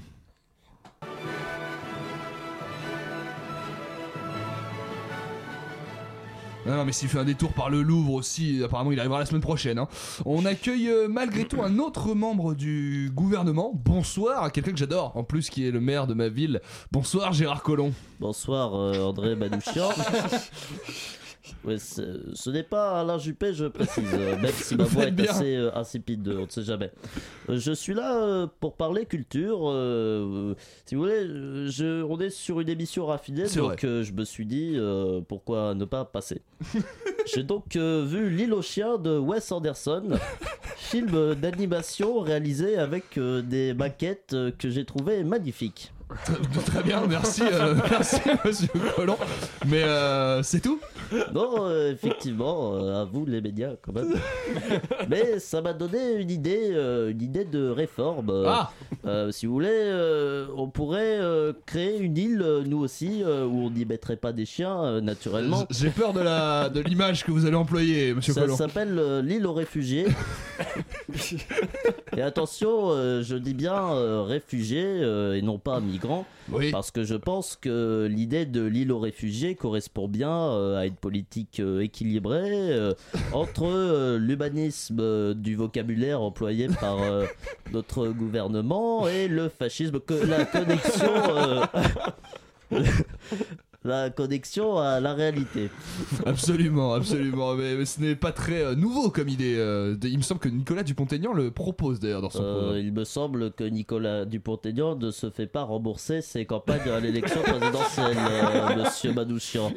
Speaker 5: Ah Non, non, mais s'il fait un détour par le Louvre aussi, apparemment il arrivera la semaine prochaine. hein. On accueille euh, malgré tout un autre membre du gouvernement. Bonsoir à quelqu'un que j'adore, en plus qui est le maire de ma ville. Bonsoir Gérard Collomb.
Speaker 2: Bonsoir euh, André Manouchian. [laughs] Ouais, ce ce n'est pas Alain Juppé, je précise, euh, même si ma
Speaker 13: Vous
Speaker 2: voix est
Speaker 13: faites bien.
Speaker 2: assez euh, insipide, euh, on ne sait jamais. Euh, Je suis là euh, pour parler culture. euh, euh, si vous voulez, euh, je, on est sur une émission raffinée,
Speaker 13: C'est
Speaker 2: donc euh, je me suis dit euh, pourquoi ne pas
Speaker 13: [laughs]
Speaker 2: passer. J'ai donc euh, vu L'île aux chiens de
Speaker 13: [laughs]
Speaker 2: Wes Anderson, film d'animation réalisé avec euh, des maquettes euh, que j'ai trouvées magnifiques.
Speaker 5: Très bien, merci, euh, [laughs] merci Monsieur Collomb. Mais euh, c'est tout
Speaker 2: Non, euh, effectivement, euh, à vous les médias quand
Speaker 5: [laughs]
Speaker 2: même. Mais ça m'a donné une idée, euh, une idée de réforme. euh,
Speaker 5: Ah
Speaker 2: euh, Si vous voulez, euh, on pourrait euh, créer une île, euh, nous aussi, euh, où on n'y mettrait pas des chiens, euh, naturellement.
Speaker 5: J'ai peur de la de l'image que vous allez employer, Monsieur
Speaker 2: Ça
Speaker 5: Collomb.
Speaker 2: s'appelle euh, l'île aux réfugiés. et attention, euh, je dis bien euh, réfugiés euh, et non pas migrants, parce que je pense que l'idée de l'île aux réfugiés correspond bien euh, à une politique euh, équilibrée euh, entre euh, l'humanisme euh, du vocabulaire employé par euh, notre gouvernement et le fascisme, que la connexion. euh, [laughs] La connexion à la réalité.
Speaker 5: [laughs] Absolument, absolument. Mais, mais ce n'est pas très euh, nouveau comme idée. euh, de- il me semble que Nicolas Dupont-Aignan le [laughs] propose d'ailleurs dans son
Speaker 2: Euh,
Speaker 5: programme.
Speaker 2: il me semble que Nicolas Dupont-Aignan ne se fait pas rembourser ses campagnes à l'élection présidentielle,
Speaker 5: [laughs]
Speaker 2: euh, monsieur Manouchian.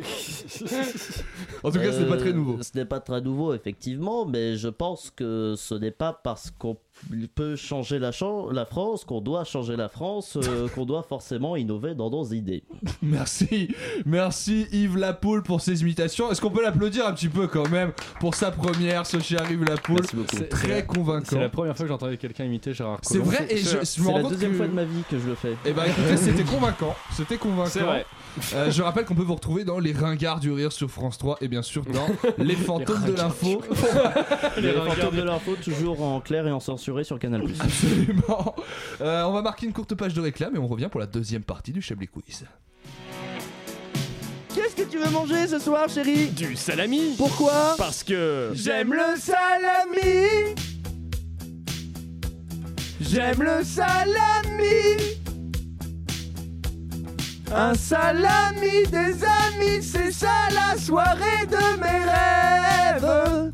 Speaker 5: En tout cas, ce n'est pas très
Speaker 2: nouveau. Ce n'est pas très nouveau, effectivement, mais je pense que ce n'est pas parce qu'on peut changer la, chan- la France qu'on doit changer la France, euh, qu'on doit forcément innover dans nos idées.
Speaker 5: Merci, merci Yves Lapoule pour ses imitations. Est-ce qu'on peut l'applaudir un petit peu quand même pour sa première, ce cher Yves Lapoule C'est très
Speaker 7: C'est la
Speaker 5: convaincant.
Speaker 7: première fois que j'entendais quelqu'un imiter Gérard
Speaker 5: C'est
Speaker 7: Collomb.
Speaker 5: vrai, et je, je me rends compte que-
Speaker 2: vie que je le fais. [laughs]
Speaker 5: Eh ben écoutez, c'était convaincant. C'était convaincant.
Speaker 7: C'est vrai.
Speaker 5: Euh, je rappelle qu'on peut vous retrouver dans Les Ringards du Rire sur France 3 et bien sûr dans
Speaker 7: [laughs]
Speaker 5: Les Fantômes de l'info.
Speaker 2: Les
Speaker 5: ringards
Speaker 2: fantômes de l'info, toujours en clair et en censuré sur Canal+.
Speaker 5: Absolument. Euh, on va marquer une courte page de réclame et on revient pour la deuxième partie du Chablis Quiz.
Speaker 3: Qu'est-ce que tu veux manger ce soir, chérie
Speaker 1: Du salami
Speaker 3: Pourquoi
Speaker 1: Parce que.
Speaker 3: salami
Speaker 13: J'aime le salami. Un salami des amis, c'est ça la soirée de mes rêves.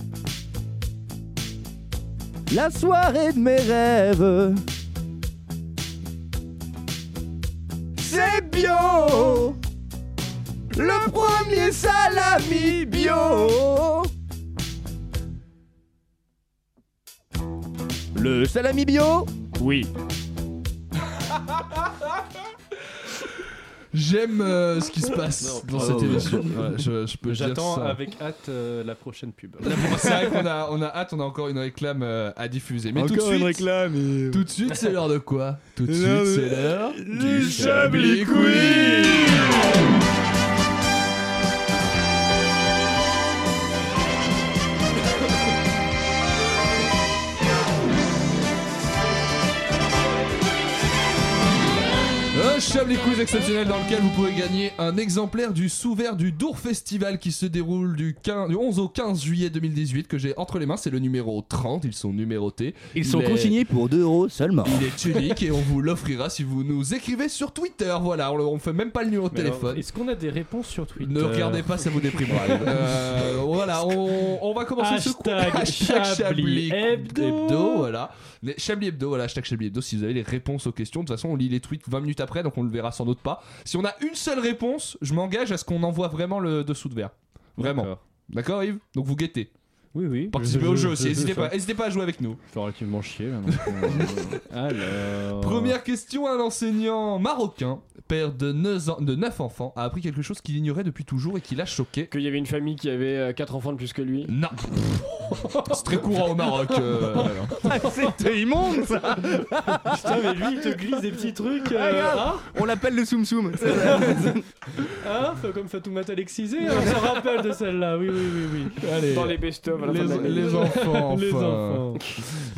Speaker 3: La soirée de mes rêves.
Speaker 13: C'est bio. Le premier salami bio.
Speaker 3: Le salami bio
Speaker 5: Oui. J'aime euh, ce qui se passe
Speaker 7: Non,
Speaker 5: dans
Speaker 7: bravo,
Speaker 5: cette
Speaker 7: ouais.
Speaker 5: émission.
Speaker 7: Ouais.
Speaker 5: Ouais, je, je peux dire
Speaker 7: J'attends
Speaker 5: ça.
Speaker 7: avec hâte euh, la prochaine pub.
Speaker 5: [laughs] C'est vrai qu'on a, on a hâte, on a encore une réclame euh, à diffuser. Mais tout de
Speaker 7: Encore
Speaker 5: suite,
Speaker 7: une
Speaker 5: réclame. Tout de suite, c'est l'heure de quoi Tout de
Speaker 7: C'est
Speaker 5: suite,
Speaker 7: l'heure de-
Speaker 5: c'est l'heure
Speaker 7: du
Speaker 5: Chablis
Speaker 7: Chablis
Speaker 5: Quiz. Un Chablis Quiz exceptionnel dans lequel vous pouvez gagner un exemplaire du sous-vert du Dour Festival qui se déroule du, 15 du 11 au 15 juillet 2018 que j'ai entre les mains. C'est le numéro 30, ils sont numérotés.
Speaker 3: Ils sont
Speaker 5: Il est-
Speaker 3: consignés pour 2 euros seulement.
Speaker 5: Il est unique et on vous l'offrira si vous nous écrivez sur Twitter. Voilà, on, le- on fait même pas le numéro de
Speaker 7: Mais alors,
Speaker 5: téléphone.
Speaker 7: Est-ce qu'on a des réponses sur Twitter
Speaker 5: Ne regardez pas, ça vous
Speaker 7: [laughs]
Speaker 5: déprimera. Euh, voilà, on, on va commencer ce coup. [laughs]
Speaker 7: Hashtag Chablis Hebdo.
Speaker 5: voilà. Mais Chablis Hebdo, voilà, hashtag Chablis Hebdo. Si vous avez les réponses aux questions, de toute façon, on lit les tweets 20 minutes après, donc on le verra sans doute pas. Si on a une seule réponse, je m'engage à ce qu'on envoie vraiment le dessous de verre. Vraiment. D'accord, Yves Donc vous guettez.
Speaker 7: Oui, oui.
Speaker 5: Participez
Speaker 7: Je-
Speaker 5: au
Speaker 7: je-
Speaker 5: jeu
Speaker 7: je-
Speaker 5: aussi,
Speaker 7: je-
Speaker 5: n'hésitez
Speaker 7: je-
Speaker 5: pas, n'hésitez pas à jouer avec nous.
Speaker 7: Je suis relativement chier. là, donc,
Speaker 5: [laughs]
Speaker 7: euh, Alors.
Speaker 5: Première question, un enseignant marocain, père de 9, enfants, a appris quelque chose qu'il ignorait depuis toujours et qui l'a choqué.
Speaker 1: Qu'il y avait une famille qui avait 4 enfants de plus que lui
Speaker 5: Non. C'est très courant au Maroc. [laughs] euh, alors.
Speaker 3: C'était immonde ça
Speaker 1: Putain, mais lui, il te glisse des petits trucs. euh,
Speaker 7: euh,
Speaker 1: hein
Speaker 3: Ah, regarde.
Speaker 7: hein
Speaker 3: On l'appelle le Soum [laughs] Soum. c'est ça.
Speaker 7: [laughs] Ah, fait comme Fatoumata Alexisé, on se rappelle de celle-là, oui, oui, oui. oui.
Speaker 5: Allez.
Speaker 1: Dans les best-of à la fin de l'année.
Speaker 5: les, les enfants.
Speaker 7: [laughs] Les
Speaker 5: enfin.
Speaker 7: enfants.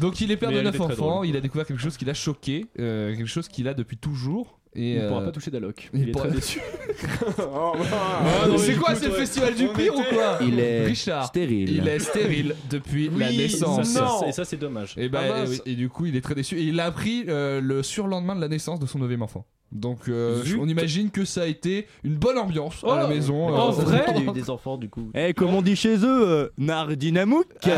Speaker 5: Donc il est père
Speaker 7: Mais
Speaker 5: de
Speaker 7: elle
Speaker 5: 9
Speaker 7: était très
Speaker 5: enfants,
Speaker 7: drôle.
Speaker 5: il a découvert quelque chose qui l'a choqué, euh, quelque chose qu'il a depuis toujours. Et
Speaker 7: Il ne pourra
Speaker 5: euh,
Speaker 7: pas toucher d'alloc.
Speaker 5: il
Speaker 7: Il, est
Speaker 5: pourra- [laughs]
Speaker 7: très déçu.
Speaker 5: Ah, non,
Speaker 1: mais
Speaker 5: c'est
Speaker 1: écoute,
Speaker 5: quoi, c'est le
Speaker 1: ouais,
Speaker 5: festival du
Speaker 1: on
Speaker 5: pire ou
Speaker 1: était-
Speaker 5: quoi
Speaker 3: Il est
Speaker 5: Richard,
Speaker 3: stérile.
Speaker 5: Il est stérile depuis la
Speaker 7: Oui,
Speaker 5: naissance.
Speaker 7: ça, c'est- Et ça, c'est dommage.
Speaker 5: Et, bah,
Speaker 7: Ah, mince.
Speaker 5: et, oui, et du coup, il est très déçu. Et il l'a appris euh, le surlendemain de la naissance de son neuvième enfant. Donc, euh,
Speaker 7: Zut.
Speaker 5: on imagine que ça a été une bonne ambiance à la
Speaker 7: Oh,
Speaker 5: maison. euh,
Speaker 7: en vrai
Speaker 2: Il y a eu des enfants du coup.
Speaker 3: Eh, comme on dit chez eux, euh, Nardinamouk
Speaker 7: Eh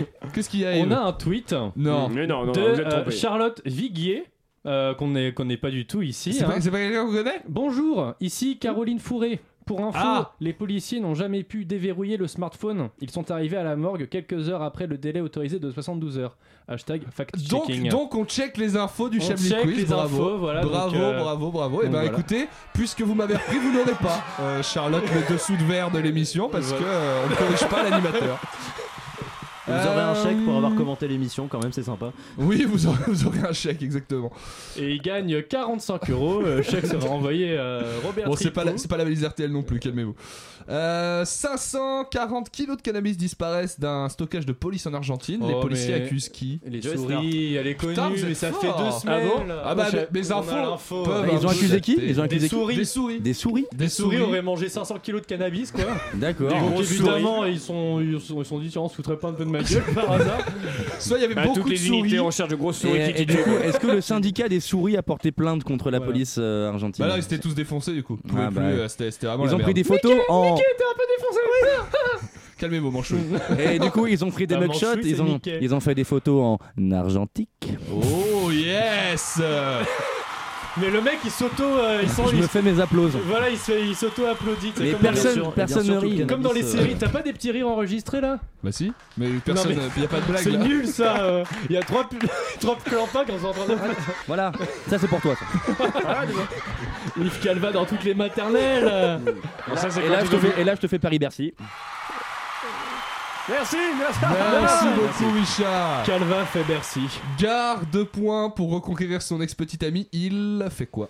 Speaker 7: oui
Speaker 5: Qu'est-ce qu'il y a
Speaker 7: On
Speaker 5: Yves
Speaker 7: a un tweet
Speaker 5: Non.
Speaker 1: Mm, Mais non, non,
Speaker 7: de
Speaker 1: non, vous êtes
Speaker 7: euh,
Speaker 1: trompé.
Speaker 7: Charlotte Viguier, euh, qu'on n'est qu'on n'est pas du tout ici.
Speaker 5: C'est
Speaker 7: hein.
Speaker 5: pas, c'est pas quelqu'un qu'on connaît
Speaker 7: Bonjour, ici Caroline Fourré. Pour info,
Speaker 5: Ah.
Speaker 7: les policiers n'ont jamais pu déverrouiller le smartphone. Ils sont arrivés à la morgue quelques heures après le délai autorisé de 72 heures. Hashtag
Speaker 5: donc,
Speaker 7: fact-checking.
Speaker 5: donc on check les infos du
Speaker 7: On
Speaker 5: Chablis
Speaker 7: check
Speaker 5: Quiz,
Speaker 7: les
Speaker 5: bravo,
Speaker 7: infos, voilà, donc,
Speaker 5: bravo,
Speaker 7: euh,
Speaker 5: bravo, bravo, Et
Speaker 7: donc
Speaker 5: ben
Speaker 7: voilà.
Speaker 5: écoutez, puisque vous m'avez repris, vous n'aurez pas euh, Charlotte le dessous de verre de l'émission parce que euh, on ne corrige pas l'animateur.
Speaker 2: Vous aurez un
Speaker 5: Euh,
Speaker 2: chèque pour avoir commenté l'émission quand même, c'est sympa.
Speaker 5: Oui, vous aurez, vous aurez un chèque exactement.
Speaker 7: Et ils gagnent 45 euros. Euh, Chèque sera envoyé à Robert
Speaker 5: Bon, c'est pas, la,
Speaker 7: Tripot.
Speaker 5: c'est pas la valise RTL non plus, calmez-vous. Euh, 540 kilos de cannabis disparaissent d'un stockage de police en Argentine. Les
Speaker 7: Oh,
Speaker 5: policiers
Speaker 7: mais-
Speaker 5: accusent qui
Speaker 7: Les
Speaker 2: Joe
Speaker 7: souris, elle est connue,
Speaker 5: Putain, vous êtes
Speaker 7: mais ça
Speaker 5: fort.
Speaker 7: fait deux
Speaker 1: Ah bon
Speaker 7: semaines.
Speaker 5: Ah bah, mes- mes
Speaker 7: On a
Speaker 5: infos
Speaker 7: l'info.
Speaker 5: peuvent
Speaker 3: Ils ont accusé qui
Speaker 5: Des-
Speaker 3: Ils ont accusé
Speaker 7: Des
Speaker 3: qui
Speaker 7: souris.
Speaker 5: Des souris.
Speaker 3: Des souris
Speaker 5: Des
Speaker 7: Les souris auraient mangé 500 kilos de cannabis, quoi.
Speaker 3: D'accord.
Speaker 7: Donc,
Speaker 1: grosses
Speaker 7: évidemment, ils sont, ils sont, ils sont dit, tiens, on se foutrait pas un peu de ma gueule par hasard.
Speaker 5: Soit il y avait
Speaker 1: Bah,
Speaker 5: beaucoup
Speaker 1: toutes
Speaker 5: de
Speaker 1: les unités
Speaker 5: souris.
Speaker 1: en charge de grosses
Speaker 3: Et,
Speaker 1: souris. qui
Speaker 3: et du coup, est-ce que le syndicat des souris a porté plainte contre la
Speaker 7: Voilà.
Speaker 3: police euh, argentine
Speaker 5: Bah là, ils étaient tous défoncés du coup. Ils pouvaient
Speaker 3: Ah, bah,
Speaker 5: plus, euh, C'était c'était vraiment
Speaker 3: Ils
Speaker 5: la
Speaker 3: ont pris
Speaker 5: merde.
Speaker 3: des photos
Speaker 5: Oh.
Speaker 3: en.
Speaker 15: [laughs]
Speaker 5: Calmez-vous, manchot.
Speaker 3: [laughs]
Speaker 7: Mm.
Speaker 3: Et du coup, ils ont pris des
Speaker 7: Maman
Speaker 3: mugshots,
Speaker 7: Chouette,
Speaker 3: ils
Speaker 7: c'est
Speaker 3: ont,
Speaker 7: Mickey.
Speaker 3: ils ont fait des photos en argentique.
Speaker 5: oh yes
Speaker 7: [laughs] Mais le mec, il s'auto. euh, il s'en-
Speaker 3: Je
Speaker 7: il-
Speaker 3: me fais mes applaudissements.
Speaker 7: Voilà, il se- il s'auto-applaudit. c'est
Speaker 3: Mais
Speaker 7: comme dans les-
Speaker 3: personne-
Speaker 2: Bien sûr,
Speaker 3: personne
Speaker 2: bien
Speaker 3: ne
Speaker 2: sûr,
Speaker 3: rit.
Speaker 2: tout le
Speaker 7: Comme dans les
Speaker 2: cannabis, euh,
Speaker 7: séries, t'as pas des petits rires enregistrés là
Speaker 5: Bah si, mais personne,
Speaker 7: Non,
Speaker 5: y a pas de blague
Speaker 7: C'est
Speaker 5: là.
Speaker 7: nul ça euh. Il [laughs] y a trois, pu- trois clampins qui sont en train de
Speaker 3: Voilà, ça c'est pour toi. ça.
Speaker 7: [laughs] Yves Calva dans toutes les maternelles euh.
Speaker 1: tournent. Ça, c'est
Speaker 3: Et
Speaker 1: quand
Speaker 3: là,
Speaker 1: tu
Speaker 3: je te
Speaker 1: deviens-
Speaker 3: fais, et là, je te fais Paris-Bercy.
Speaker 1: Merci, merci.
Speaker 5: Merci beaucoup, Richard.
Speaker 7: Calva fait Bercy.
Speaker 5: Gare deux points pour reconquérir son ex-petite amie. Il fait quoi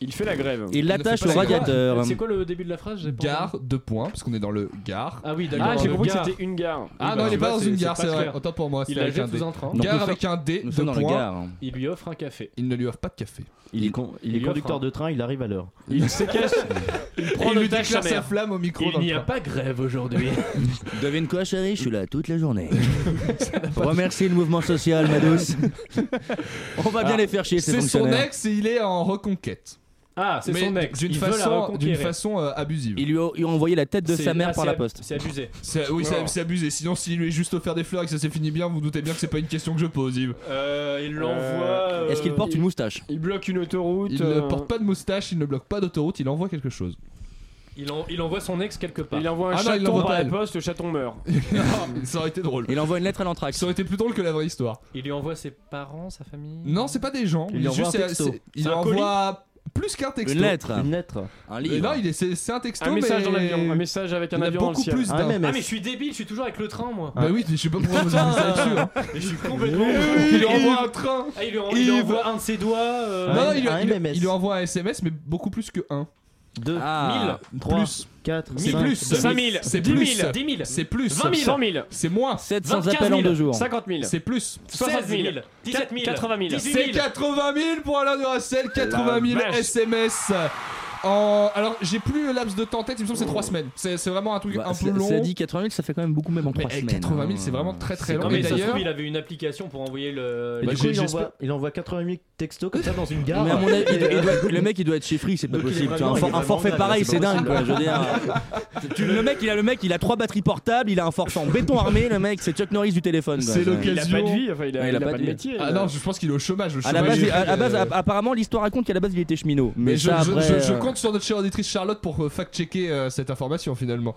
Speaker 1: Il fait la grève.
Speaker 3: Il l'attache
Speaker 5: fais
Speaker 3: au
Speaker 5: pas ça.
Speaker 3: radiateur.
Speaker 7: C'est quoi le début de la phrase j'ai pas entendu.
Speaker 5: Gare deux points, parce qu'on est dans le Gare.
Speaker 7: Ah oui, d'accord.
Speaker 1: Ah, j'ai
Speaker 7: le
Speaker 1: compris que
Speaker 7: gars.
Speaker 1: c'était une gare.
Speaker 5: Ah
Speaker 7: bah,
Speaker 5: non, il
Speaker 7: tu
Speaker 5: est pas
Speaker 7: vois,
Speaker 5: dans
Speaker 7: c'est-
Speaker 5: une
Speaker 7: c'est
Speaker 5: gare,
Speaker 7: pas
Speaker 5: c'est vrai.
Speaker 7: clair.
Speaker 5: Autant pour moi,
Speaker 7: Il
Speaker 5: c'était
Speaker 7: la
Speaker 5: avec un
Speaker 7: jette
Speaker 5: D.
Speaker 7: sous un train.
Speaker 3: Non.
Speaker 5: Gare
Speaker 3: Nous
Speaker 5: avec un D,
Speaker 3: Nous
Speaker 5: deux
Speaker 3: sommes dans le
Speaker 5: points.
Speaker 3: Gard.
Speaker 7: Il lui offre un café.
Speaker 5: Ils ne lui offrent pas de café.
Speaker 2: Il est, con- il est
Speaker 7: Il lui offre
Speaker 2: conducteur
Speaker 7: un-
Speaker 2: de train, [laughs] il arrive à l'heure.
Speaker 1: Il se cache.
Speaker 7: Il
Speaker 5: prend
Speaker 7: lui
Speaker 5: l'otage
Speaker 7: déclare
Speaker 5: sa
Speaker 7: sa
Speaker 5: mère.
Speaker 7: flamme au micro.
Speaker 5: Il n'y a
Speaker 7: pas grève aujourd'hui.
Speaker 3: Devine quoi, chérie Je suis là toute la journée. Remercie le mouvement social, ma douce. On va bien les faire chier, ces
Speaker 5: Ah. C'est son
Speaker 3: fonctionnaires.
Speaker 5: ex et il est en reconquête.
Speaker 7: Ah, c'est
Speaker 5: Mais
Speaker 7: son ex.
Speaker 5: D'une
Speaker 7: Il veut la
Speaker 5: façon,
Speaker 7: reconquérir.
Speaker 5: d'une façon euh, abusive.
Speaker 3: Ils lui ont, ils ont envoyé la tête de
Speaker 5: C'est-
Speaker 3: sa mère
Speaker 5: ah,
Speaker 3: par
Speaker 5: c'est
Speaker 3: la
Speaker 5: ab-
Speaker 3: poste.
Speaker 7: C'est abusé.
Speaker 5: C'est- oui, c'est c'est abusé. Sinon, s'il lui est juste offert des fleurs et que ça s'est fini bien, vous, vous doutez bien que c'est pas une question que je pose, Yves.
Speaker 7: Euh,
Speaker 1: il
Speaker 5: l'envoie, euh,
Speaker 3: Est-ce qu'il porte une moustache
Speaker 1: Il bloque une autoroute.
Speaker 5: Il
Speaker 1: euh,
Speaker 5: ne porte pas de moustache, il ne bloque pas d'autoroute, il envoie quelque chose.
Speaker 7: Il, en- il envoie son ex quelque part.
Speaker 1: Il envoie un
Speaker 5: Ah non, il
Speaker 1: chaton
Speaker 5: l'envoie
Speaker 1: par
Speaker 5: pas,
Speaker 1: la
Speaker 5: elle.
Speaker 1: poste, le chaton
Speaker 7: [laughs]
Speaker 1: meurt.
Speaker 5: ça aurait été drôle.
Speaker 3: Il envoie une lettre à l'anthrax.
Speaker 5: Ça aurait été plus drôle que la vraie histoire.
Speaker 7: Il lui envoie ses parents, sa famille.
Speaker 5: Non, c'est pas des gens.
Speaker 7: Il lui envoie
Speaker 5: juste,
Speaker 7: un
Speaker 5: c'est-
Speaker 7: texto.
Speaker 5: c'est- Il
Speaker 7: C'est un
Speaker 5: envoie plus qu'un texto.
Speaker 3: Une lettre. Une
Speaker 2: lettre.
Speaker 3: Un
Speaker 5: Mais non, il est- c'est c'est un texto.
Speaker 1: Un message
Speaker 5: mais-
Speaker 1: dans l'avion, un message avec un
Speaker 5: Il y en a
Speaker 1: avion dans le
Speaker 5: beaucoup
Speaker 1: ciel.
Speaker 5: plus d'un.
Speaker 7: Ah, mais je suis débile, je suis toujours avec le train, moi.
Speaker 5: Bah oui, je sais pas pourquoi vous avez mis ça dessus. hein.
Speaker 7: [laughs] Mais je suis complètement.
Speaker 5: Il lui envoie un train.
Speaker 7: Ah, il lui en- il lui
Speaker 5: Yves.
Speaker 7: envoie un de ses doigts. euh,
Speaker 5: Non, il, lui- il- il lui envoie un SMS, mais beaucoup plus que 1.
Speaker 2: 2,
Speaker 5: Ah.
Speaker 2: 1000,
Speaker 5: Trois,
Speaker 2: 3,
Speaker 5: Plus.
Speaker 2: 4,
Speaker 5: C'est plus. C'est plus. C'est plus.
Speaker 1: 20 000. 100 000.
Speaker 5: C'est moins.
Speaker 1: 700 24 appels en 000. deux jours. 50 000.
Speaker 5: C'est plus.
Speaker 1: 60 000. 17 000. 80 000.
Speaker 5: C'est 80 000 pour Alain Duracell. 80 000
Speaker 1: vache.
Speaker 5: SMS. En... Alors, j'ai plus le laps de temps en tête, il me semble que c'est 3 semaines. C'est c'est vraiment un truc
Speaker 3: Bah,
Speaker 5: un peu
Speaker 3: cela-
Speaker 5: long.
Speaker 3: cela dit 80 000, ça fait quand même beaucoup même en 3
Speaker 5: eh,
Speaker 3: semaines.
Speaker 5: 80 000,
Speaker 3: hein.
Speaker 5: c'est vraiment très très long.
Speaker 7: Non,
Speaker 5: Et
Speaker 7: mais ça se
Speaker 5: d'ailleurs,
Speaker 7: trouve, il avait une application pour envoyer le.
Speaker 2: Et
Speaker 5: Bah,
Speaker 2: du coup,
Speaker 5: j'ai-
Speaker 2: il
Speaker 5: j'espère-
Speaker 2: envoie, il envoie 80 000 textos comme ça dans une gare.
Speaker 3: Mais à mon avis, il doit-
Speaker 2: Et,
Speaker 3: il
Speaker 2: euh,
Speaker 3: doit- le mec il doit être chez Free, c'est pas
Speaker 2: Donc, il est
Speaker 3: possible. tu vois,
Speaker 2: vraiment-
Speaker 3: un, for-
Speaker 2: il est
Speaker 3: un forfait
Speaker 2: vraiment
Speaker 3: pareil,
Speaker 2: dingue,
Speaker 3: c'est
Speaker 2: c'est pas
Speaker 3: dingue. quoi, je veux dire. [laughs]
Speaker 7: [laughs]
Speaker 3: Tu- le mec, il a le mec, il a trois batteries portables, il a un forfait en béton armé. Le mec, c'est Chuck Norris du téléphone. quoi.
Speaker 5: c'est l'occasion.
Speaker 1: bah, Il a pas de vie, enfin, il a-
Speaker 3: Ouais,
Speaker 1: il a pas de
Speaker 3: vie.
Speaker 1: métier. euh.
Speaker 5: Ah non, je pense qu'il est au chômage. le
Speaker 3: À la
Speaker 5: chômage.
Speaker 3: base, à- à base, app- apparemment, l'histoire raconte qu'à la base, il était cheminot. Mais,
Speaker 5: Mais je,
Speaker 3: ça,
Speaker 5: je-
Speaker 3: après,
Speaker 5: je- je
Speaker 3: euh,
Speaker 5: compte sur notre chère auditrice Charlotte pour euh, fact-checker euh, cette information finalement.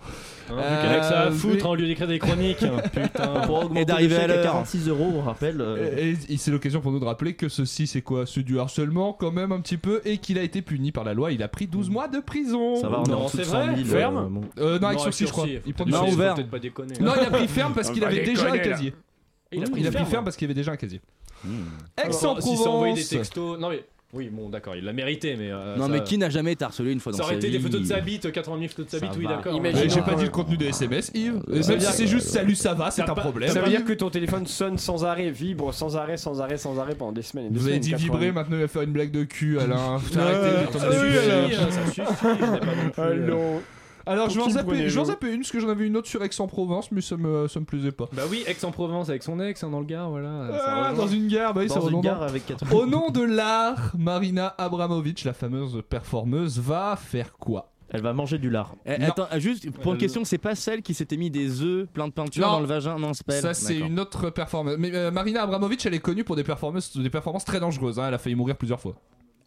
Speaker 5: Euh,
Speaker 7: Hein, vu qu'elle a que ça à foutre hein, au lieu d'écrire
Speaker 5: [laughs]
Speaker 7: des chroniques. Putain.
Speaker 2: pour augmenter
Speaker 5: Et
Speaker 2: le
Speaker 5: d'arriver à
Speaker 2: chèque à
Speaker 5: l'heure.
Speaker 2: 46 euros, on rappelle. euh,
Speaker 5: Et, et c'est l'occasion pour nous de rappeler que ceci c'est quoi C'est du harcèlement quand même un petit peu et qu'il a été puni par la loi. Il a pris 12
Speaker 7: Hmm.
Speaker 5: mois de prison.
Speaker 2: Ça va, on est en dessous de 100 000. euh, bon.
Speaker 5: Euh, non, avec
Speaker 7: Non,
Speaker 5: sursis,
Speaker 7: avec
Speaker 5: je crois.
Speaker 7: sursis, faut
Speaker 5: Il prend
Speaker 7: peut-être
Speaker 5: du
Speaker 7: pas-
Speaker 5: sursis.
Speaker 7: faut ouvert. peut-être pas déconner.
Speaker 5: Non, il a pris ferme parce
Speaker 7: Faut
Speaker 5: qu'il
Speaker 7: pas
Speaker 5: avait déjà un
Speaker 7: déconner, là.
Speaker 5: casier.
Speaker 7: Il a pris
Speaker 5: Il a pris
Speaker 7: ferme. Hmm.
Speaker 5: ferme parce qu'il avait déjà un casier.
Speaker 7: Alors,
Speaker 5: Aix-en-Provence.
Speaker 7: s'il s'est envoyé des textos. Non, mais. Oui, bon, d'accord, il l'a mérité, mais. euh,
Speaker 3: Non,
Speaker 7: ça-
Speaker 3: mais qui n'a jamais été harcelé une fois dans
Speaker 7: Ça aurait
Speaker 3: sa
Speaker 7: été
Speaker 3: vie
Speaker 7: des photos de sa bite, 80 000 photos de sa
Speaker 3: Ça
Speaker 7: bite, oui,
Speaker 3: va.
Speaker 7: d'accord.
Speaker 1: Imagine-
Speaker 5: Mais J'ai
Speaker 1: Ah,
Speaker 5: pas
Speaker 1: ouais.
Speaker 5: dit le contenu des SMS, Yves.
Speaker 1: Euh,
Speaker 5: Même
Speaker 1: ça veut
Speaker 5: si
Speaker 1: dire
Speaker 5: c'est
Speaker 1: que-
Speaker 5: juste salut, ça va, c'est
Speaker 7: T'as
Speaker 5: un
Speaker 7: pas-
Speaker 5: problème.
Speaker 1: Ça veut dire que ton téléphone sonne sans arrêt, vibre sans arrêt, sans arrêt, sans arrêt pendant des semaines. et des
Speaker 5: Vous avez
Speaker 1: semaines,
Speaker 5: dit
Speaker 1: 80.
Speaker 5: vibrer, maintenant il va faire une blague de cul, Alain. Putain,
Speaker 1: Ouais,
Speaker 5: arrêtez,
Speaker 1: ça
Speaker 5: j'ai tombé
Speaker 1: suffit,
Speaker 5: dessus, Alain.
Speaker 1: euh, ça suffit, on est pas non plus, euh,
Speaker 5: Allons. Alors,
Speaker 1: Pour
Speaker 5: je vais, en
Speaker 1: qui le
Speaker 5: zapper, je vais en
Speaker 1: prenez-vous
Speaker 5: zapper une, parce que j'en avais une autre sur Aix-en-Provence, mais ça me, ça me
Speaker 1: [laughs]
Speaker 5: plaisait pas.
Speaker 7: Bah oui, Aix-en-Provence avec son ex, hein, dans le Gard, voilà. ça
Speaker 5: Ah,
Speaker 7: rejoint.
Speaker 5: dans une gare, bah oui,
Speaker 2: Dans
Speaker 5: ça Oh
Speaker 2: une
Speaker 5: redondant.
Speaker 2: gare avec 80.
Speaker 5: Au nom de l'art, Marina Abramovic, la fameuse performeuse, va faire quoi
Speaker 2: Elle va manger du lard.
Speaker 3: Eh,
Speaker 5: Non.
Speaker 3: attends, juste pour une
Speaker 5: Euh,
Speaker 3: question, c'est pas celle qui s'était mis des œufs plein de peinture
Speaker 5: Non.
Speaker 3: dans le vagin Non, c'est pas elle.
Speaker 5: Ça, c'est
Speaker 3: D'accord.
Speaker 5: une autre performance. Mais euh, Marina Abramovic, elle est connue pour des performances, des performances très dangereuses. hein. Elle a failli mourir plusieurs fois.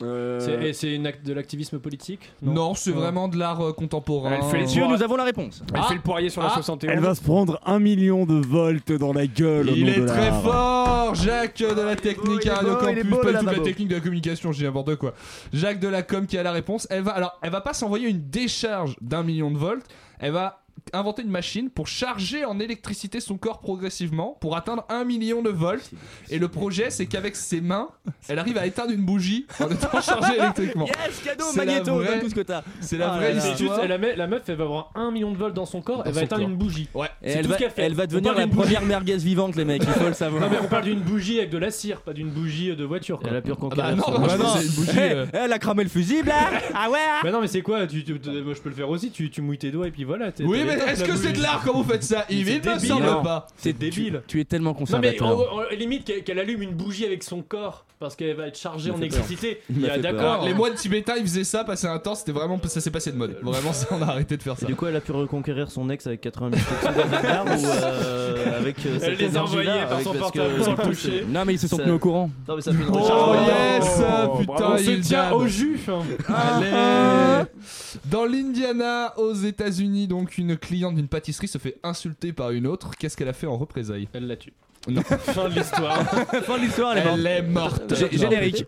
Speaker 7: C'est- et C'est une act- de l'activisme politique
Speaker 5: Non, c'est vraiment de l'art euh, contemporain.
Speaker 1: Elle fait les
Speaker 3: Messieurs, nous avons la réponse.
Speaker 1: Elle fait le poirier sur la
Speaker 5: Ah.
Speaker 1: 71.
Speaker 14: Elle va se prendre un million de volts dans la gueule. au
Speaker 5: Il
Speaker 14: nom
Speaker 5: est
Speaker 14: de
Speaker 5: très
Speaker 14: l'art.
Speaker 5: fort, Jacques euh, de la technique
Speaker 14: il est
Speaker 5: à Radio
Speaker 14: beau, il est
Speaker 5: Campus,
Speaker 14: beau,
Speaker 5: pas
Speaker 14: là,
Speaker 5: toute la
Speaker 14: Babo.
Speaker 5: technique de la communication, j'ai n'importe quoi. Jacques de la com qui a la réponse. Elle va, alors, elle va pas s'envoyer une décharge d'un million de volts. Elle va inventer une machine pour charger en électricité son corps progressivement pour atteindre un million de volts. Et le projet, c'est qu'avec ses mains, elle arrive à éteindre une bougie en
Speaker 3: [laughs]
Speaker 5: étant chargée électriquement.
Speaker 3: Yes, cadeau,
Speaker 5: C'est la
Speaker 3: magnéto,
Speaker 5: vraie-
Speaker 3: donne tout ce que t'as.
Speaker 5: C'est la
Speaker 3: Ah
Speaker 5: vraie
Speaker 3: là là.
Speaker 7: C'est juste,
Speaker 5: histoire.
Speaker 7: elle, la met- la meuf, elle va avoir un million de volts dans son corps,
Speaker 5: Dans
Speaker 7: elle va
Speaker 5: son
Speaker 7: éteindre
Speaker 5: corps.
Speaker 7: une bougie.
Speaker 5: Ouais.
Speaker 3: Et
Speaker 7: C'est
Speaker 3: elle
Speaker 7: tout
Speaker 3: va,
Speaker 7: ce qu'elle fait.
Speaker 3: elle va
Speaker 7: On
Speaker 3: devenir
Speaker 7: parle
Speaker 3: la
Speaker 7: d'une bougie.
Speaker 3: première merguez vivante, les mecs, il faut le
Speaker 7: Non
Speaker 3: savoir.
Speaker 7: mais on parle d'une bougie avec de la cire, pas d'une bougie de voiture. Quoi.
Speaker 2: Elle a pu
Speaker 5: Bah
Speaker 2: reconquérir.
Speaker 5: non,
Speaker 2: son-
Speaker 5: non, je pense que c'est une bougie.
Speaker 3: Eh,
Speaker 5: euh,
Speaker 3: Elle a cramé le fusible, là Ah ouais
Speaker 7: Bah non [laughs] mais c'est quoi tu, tu- tu- Moi je peux le faire aussi, tu, tu mouilles tes doigts et puis voilà. t'es-
Speaker 5: Oui,
Speaker 7: t'as
Speaker 5: mais
Speaker 7: les-
Speaker 5: est-ce
Speaker 7: la
Speaker 5: que c'est de
Speaker 7: bougie.
Speaker 5: l'art quand vous faites ça Il
Speaker 7: C'est
Speaker 5: me
Speaker 7: débile.
Speaker 5: semble
Speaker 3: hein.
Speaker 7: Non.
Speaker 5: pas.
Speaker 7: C'est débile.
Speaker 3: Tu es tellement
Speaker 7: Non mais
Speaker 3: conservateur.
Speaker 7: en- en- limite qu'elle qu'elle allume une bougie avec son corps parce qu'elle va être chargée en
Speaker 3: fait
Speaker 7: électricité.
Speaker 3: Il m'a
Speaker 7: Ah,
Speaker 3: fait peur.
Speaker 7: D'accord.
Speaker 5: Les moines tibétains, ils faisaient ça, passer un temps, c'était vraiment ça s'est passé de mode. Vraiment, ça, on a arrêté de faire
Speaker 2: Et
Speaker 5: ça.
Speaker 2: du coup, elle a pu reconquérir son ex avec 80 000 textos dans une gare ou euh, avec. euh,
Speaker 7: Elle
Speaker 2: cette
Speaker 7: les a envoyés
Speaker 2: énergie-là,
Speaker 7: par
Speaker 2: avec-
Speaker 7: son
Speaker 2: parce que- [laughs]
Speaker 7: portable sans le toucher.
Speaker 3: Non, mais ils se sont
Speaker 2: Ça-
Speaker 3: tenus au courant.
Speaker 2: Non mais ça fait une
Speaker 5: Oh
Speaker 2: recharge.
Speaker 5: yes,
Speaker 1: bravo.
Speaker 5: putain,
Speaker 7: On
Speaker 5: il
Speaker 7: se tient
Speaker 5: jab.
Speaker 7: au jus. hein.
Speaker 5: Allez. [laughs] Dans l'Indiana, aux États-Unis, donc une cliente d'une pâtisserie se fait insulter par une autre. Qu'est-ce qu'elle a fait en représailles
Speaker 7: Elle la tue.
Speaker 5: Non.
Speaker 7: fin de l'histoire.
Speaker 5: [laughs]
Speaker 3: Fin de l'histoire, elle est morte.
Speaker 5: Elle est morte.
Speaker 3: Gé- Générique.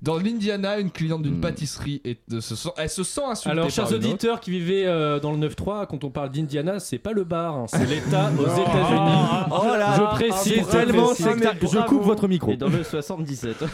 Speaker 5: Dans l'Indiana, une cliente d'une pâtisserie est de se sent- elle se sent insultée
Speaker 7: Alors,
Speaker 5: par
Speaker 7: chers
Speaker 5: une autre.
Speaker 7: auditeurs qui vivaient euh, dans le 9-3, quand on parle d'Indiana, c'est pas le bar, hein, c'est
Speaker 5: [laughs]
Speaker 7: l'État aux États-Unis.
Speaker 3: Oh là
Speaker 7: Je précise,
Speaker 3: c'est tellement
Speaker 7: précise.
Speaker 3: sectaire. Je coupe votre micro.
Speaker 2: Et dans le 77.
Speaker 5: [laughs] Et,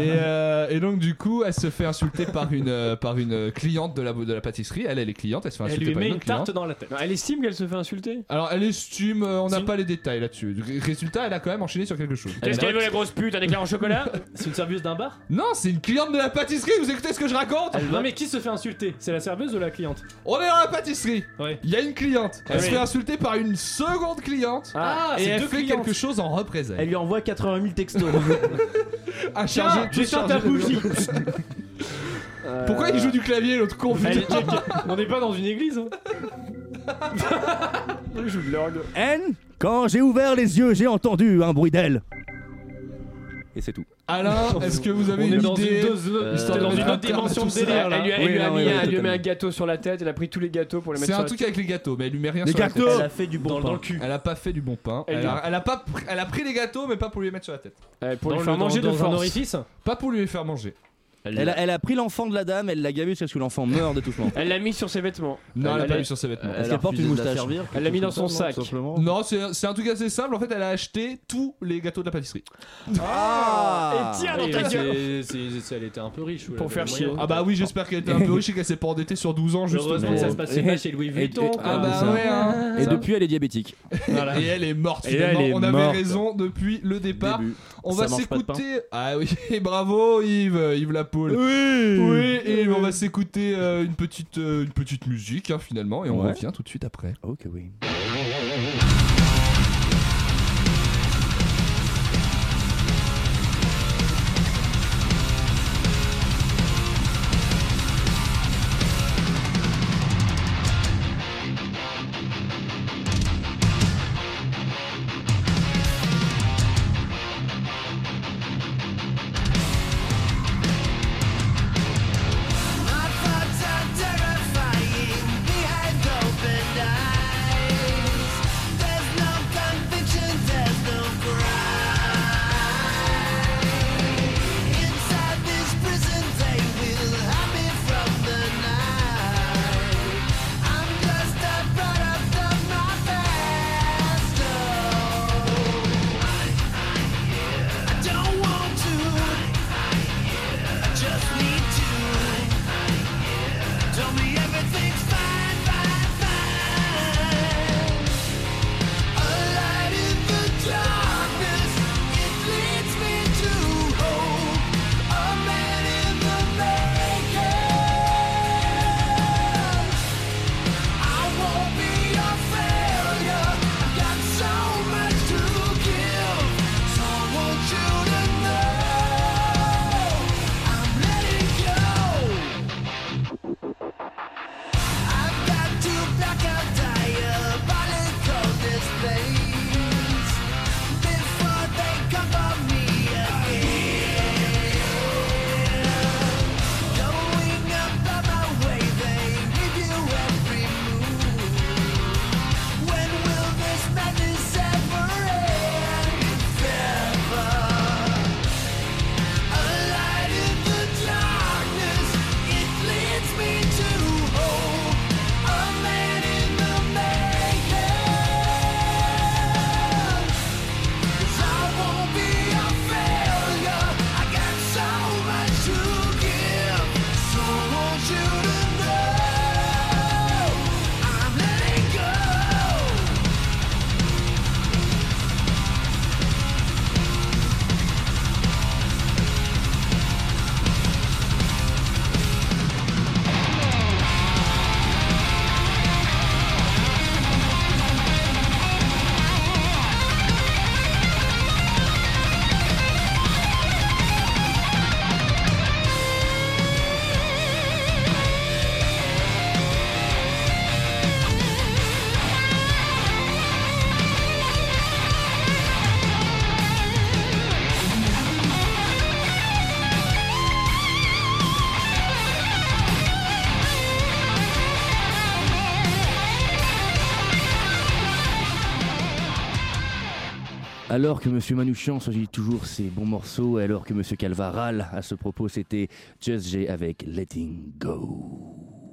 Speaker 5: euh, et donc du coup, elle se fait insulter par une euh, par une cliente de la de la pâtisserie. Elle, elle est cliente. Elle se fait
Speaker 7: Elle
Speaker 5: insulter
Speaker 7: lui
Speaker 5: par
Speaker 7: met
Speaker 5: une
Speaker 7: une
Speaker 5: autre cliente.
Speaker 7: tarte dans la tête.
Speaker 1: hein. Non, Elle estime qu'elle se fait insulter.
Speaker 5: Alors elle estime, euh, on n'a
Speaker 7: C'est-
Speaker 5: pas les détails là-dessus. Ré- Résultat, elle a quand même enchaîné sur quelque chose.
Speaker 1: Qu'est-ce
Speaker 7: note.
Speaker 1: qu'elle veut la grosse pute Un éclair en chocolat
Speaker 7: C'est une service d'un bar
Speaker 5: Non, c'est c'est une cliente de la pâtisserie, vous écoutez ce que je raconte
Speaker 7: Non mais qui se fait insulter C'est la serveuse ou la cliente
Speaker 5: [laughs] On est dans la pâtisserie. Il y a une cliente. Elle
Speaker 7: Ah
Speaker 5: se
Speaker 7: oui.
Speaker 5: fait insulter par une seconde cliente.
Speaker 7: Ah,
Speaker 5: et
Speaker 7: c'est
Speaker 5: elle
Speaker 7: deux
Speaker 5: fait
Speaker 7: clientes.
Speaker 5: quelque chose en représailles.
Speaker 2: Elle lui envoie 80 000
Speaker 5: [laughs]
Speaker 2: textos.
Speaker 5: à
Speaker 2: Tiens,
Speaker 5: charger,
Speaker 2: j'ai
Speaker 5: décharger
Speaker 2: ta
Speaker 5: le
Speaker 2: bougie.
Speaker 5: [laughs] bouton.
Speaker 7: Euh,
Speaker 5: Pourquoi il joue du clavier l'autre con
Speaker 7: Elle-
Speaker 5: putain
Speaker 7: On n'est pas dans une église. hein.
Speaker 3: N, quand j'ai ouvert les yeux, j'ai entendu un bruit d'aile. Et c'est tout.
Speaker 5: Alain, est-ce que vous avez
Speaker 3: On
Speaker 5: une
Speaker 3: est
Speaker 5: idée
Speaker 3: dans une dose-
Speaker 5: histoire de
Speaker 3: dans une
Speaker 5: mettre
Speaker 3: autre
Speaker 5: un terme à
Speaker 3: dimension
Speaker 5: tout
Speaker 3: de
Speaker 5: ça
Speaker 3: délire,
Speaker 6: Elle lui a, elle
Speaker 5: Oui,
Speaker 6: lui a
Speaker 5: non,
Speaker 6: mis,
Speaker 5: oui,
Speaker 6: un-
Speaker 5: oui,
Speaker 6: elle lui a mis
Speaker 5: totalement.
Speaker 6: un gâteau sur la tête, elle a pris tous les gâteaux pour les
Speaker 5: C'est
Speaker 6: mettre
Speaker 5: un
Speaker 6: sur
Speaker 5: truc
Speaker 6: la
Speaker 5: avec les gâteaux, mais elle lui met rien
Speaker 6: Les
Speaker 5: sur la
Speaker 6: gâteaux
Speaker 5: tête.
Speaker 6: Elle a fait du bon Dans- pain. dans le cul.
Speaker 5: Elle a pas fait du bon pain.
Speaker 6: Elle
Speaker 5: Elle,
Speaker 6: lui a-
Speaker 5: a, elle a pas, pr- elle a pris les gâteaux, mais pas pour lui mettre sur la tête.
Speaker 7: pour Dans lui faire le- dans- manger de dans force. un orifice
Speaker 5: Pas pour lui faire manger.
Speaker 3: Elle a, elle a pris l'enfant de la dame, elle l'a gavé jusqu'à ce que l'enfant meure d'étouffement.
Speaker 6: Elle l'a mis sur ses vêtements.
Speaker 5: Non, elle l'a
Speaker 3: Elle
Speaker 5: pas
Speaker 3: a-
Speaker 5: mis sur ses vêtements.
Speaker 3: elle Est-ce a qu'elle porte refusé une de la moustache servir,
Speaker 6: Elle l'a mis dans son sac.
Speaker 5: Non, c'est c'est un truc assez simple. En fait, elle a acheté tous les gâteaux de la pâtisserie.
Speaker 7: Ah
Speaker 5: Et tiens dans
Speaker 7: Oui,
Speaker 5: ta
Speaker 7: mais
Speaker 5: gueule.
Speaker 7: c'est- c'est- c'est- Elle était un peu riche. ou elle
Speaker 5: Pour
Speaker 7: avait
Speaker 5: faire
Speaker 7: les
Speaker 5: chier.
Speaker 7: moyens.
Speaker 5: Ah bah oui, j'espère qu'elle était un [laughs] peu riche et qu'elle s'est pas endettée sur 12 ans juste
Speaker 7: Heureusement
Speaker 5: pour-
Speaker 7: que ça se passait pas chez Louis Vuitton, quoi.
Speaker 5: ah
Speaker 7: C'est ça.
Speaker 5: bah ouais, hein.
Speaker 3: Et
Speaker 5: Ça.
Speaker 3: depuis, elle est diabétique.
Speaker 5: Voilà. Et elle est morte
Speaker 3: Et elle
Speaker 5: finalement.
Speaker 3: est
Speaker 5: On avait
Speaker 3: morte.
Speaker 5: raison depuis le départ.
Speaker 3: Début.
Speaker 5: On
Speaker 3: Ça
Speaker 5: va
Speaker 3: mange pas de pain.
Speaker 5: s'écouter. Ah oui, [laughs] et bravo Yves, Yves Lapoule. Oui, oui. Et on va s'écouter euh, une petite, euh, une petite musique hein, finalement, et on
Speaker 3: Ouais.
Speaker 5: revient tout de suite après.
Speaker 3: Ok oui.
Speaker 11: My thoughts are terrifying behind open eyes. There's no conviction, there's no crime. Inside this prison, they will hide me from the night. I'm just a product of my past. I don't want to. I just need to. Tell me everything's fine, fine, fine. A light in the darkness, it leads me to hope. A man in the making. I won't be a failure. I've got so much to give, so I want you to know I'm letting go. I've got to black out diabolical displays before they cover me again. Going up on my way, they review every move. When will this madness ever end? If ever. A light in the darkness, it leads me to hope. A man in the making. 'Cause I won't be a failure. I got so much to give, so I want you to know I'm letting go.
Speaker 3: Alors que Monsieur Manouchian choisit toujours ses bons morceaux, et alors que Monsieur Calva râle à ce propos, c'était Just J avec Letting Go.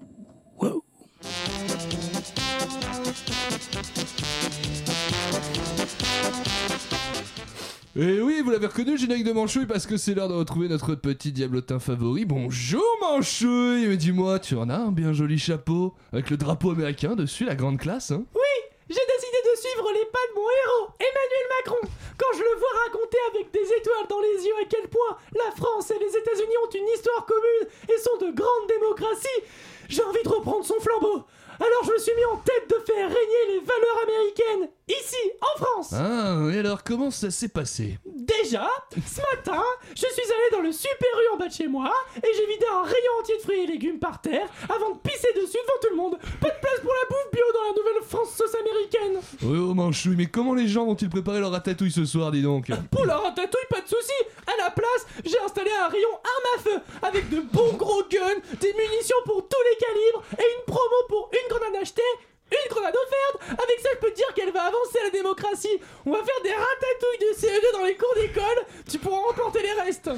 Speaker 5: Et Eh oui, vous l'avez reconnu, le générique de Manchouille, parce que c'est l'heure de retrouver notre petit diablotin favori. Bonjour Manchouille Mais dis-moi, tu en as un bien joli chapeau, avec le drapeau américain dessus, la grande classe, hein
Speaker 13: Oui, j'ai décidé de suivre les pas de mon héros, Emmanuel Macron. Quand
Speaker 15: quand je le vois raconter avec des étoiles dans les yeux à quel point la France et les États-Unis ont une histoire commune et sont de grandes démocraties, j'ai envie de reprendre son flambeau. Alors je me suis mis en tête de faire régner les valeurs américaines ici en France.
Speaker 5: Ah, et alors comment ça s'est passé
Speaker 15: Déjà, ce matin, je suis allé dans le super U en bas de chez moi et j'ai vidé un rayon entier de fruits et légumes par terre avant de pisser dessus devant tout le monde. Pas de place pour la bouffe bio dans la nouvelle France sauce américaine.
Speaker 5: Oui, oh Manchouille, mais comment les gens vont-ils préparer leur ratatouille ce soir, dis donc
Speaker 15: Pour la ratatouille, pas de souci. À la place, j'ai installé un rayon arme à feu avec de bons gros guns, des munitions pour tous les calibres et une promo pour une grenade achetée. Une grenade offerte Avec ça, je peux te dire qu'elle va avancer la démocratie On va faire des ratatouilles de CE2 dans les cours d'école Tu pourras emporter les restes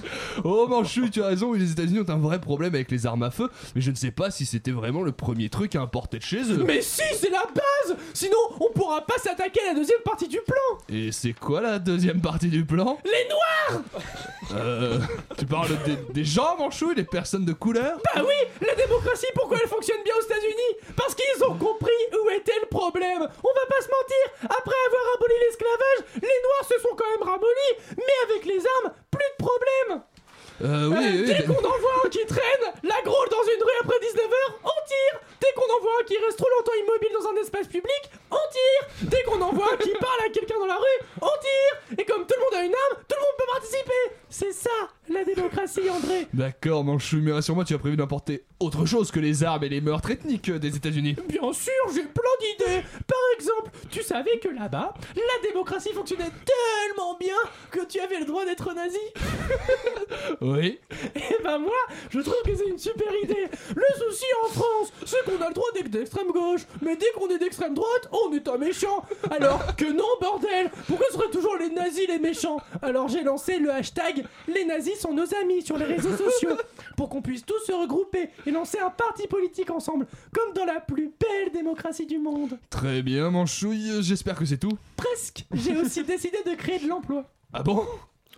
Speaker 5: Oh Manchouille, tu as raison, les États-Unis ont un vrai problème avec les armes à feu, mais je ne sais pas si c'était vraiment le premier truc à importer de chez eux.
Speaker 15: Mais si, c'est la base Sinon, on pourra pas s'attaquer à la deuxième partie du plan
Speaker 5: Et c'est quoi la deuxième partie du plan
Speaker 15: Les Noirs
Speaker 5: Euh. Tu parles des, des gens, Manchouille, des personnes de couleur
Speaker 15: Bah oui La démocratie, pourquoi elle fonctionne bien aux États-Unis Parce qu'ils ont compris où était le problème On va pas se mentir Après avoir aboli l'esclavage, les Noirs se sont quand même ramollis Mais avec les armes, plus de problème
Speaker 5: Euh, oui,
Speaker 15: Euh,
Speaker 5: oui,
Speaker 15: dès
Speaker 5: bah-
Speaker 15: qu'on en voit un qui traîne, la grôle dans une rue après 19h, on tire Dès qu'on en voit un qui reste trop longtemps immobile dans un espace public, on tire Dès qu'on en voit un
Speaker 5: [laughs]
Speaker 15: qui parle à quelqu'un dans la rue, on tire Et comme tout le monde a une arme, tout le monde peut participer C'est ça, la démocratie, André
Speaker 5: D'accord, Manchouille, mais rassure-moi, tu as prévu d'importer autre chose que les armes et les meurtres ethniques euh, des États-Unis.
Speaker 15: Bien sûr, j'ai plein d'idées. Par exemple, tu savais que là-bas, la démocratie fonctionnait tellement bien que tu avais le droit d'être nazi.
Speaker 5: Oui.
Speaker 15: Et ben moi, je trouve que c'est une super idée. Le souci en France, c'est qu'on a le droit d'être d'extrême gauche, mais dès qu'on est d'extrême droite, on est un méchant. Alors que non, bordel, pourquoi ce seraient toujours les nazis les méchants Alors j'ai lancé le hashtag Les nazis sont nos amis sur les réseaux sociaux pour qu'on puisse tous se regrouper et lancer un parti politique ensemble, comme dans la plus belle démocratie du monde.
Speaker 5: Très bien, Manchouille, euh, j'espère que c'est tout.
Speaker 15: Presque, j'ai aussi décidé de créer de l'emploi.
Speaker 5: Ah bon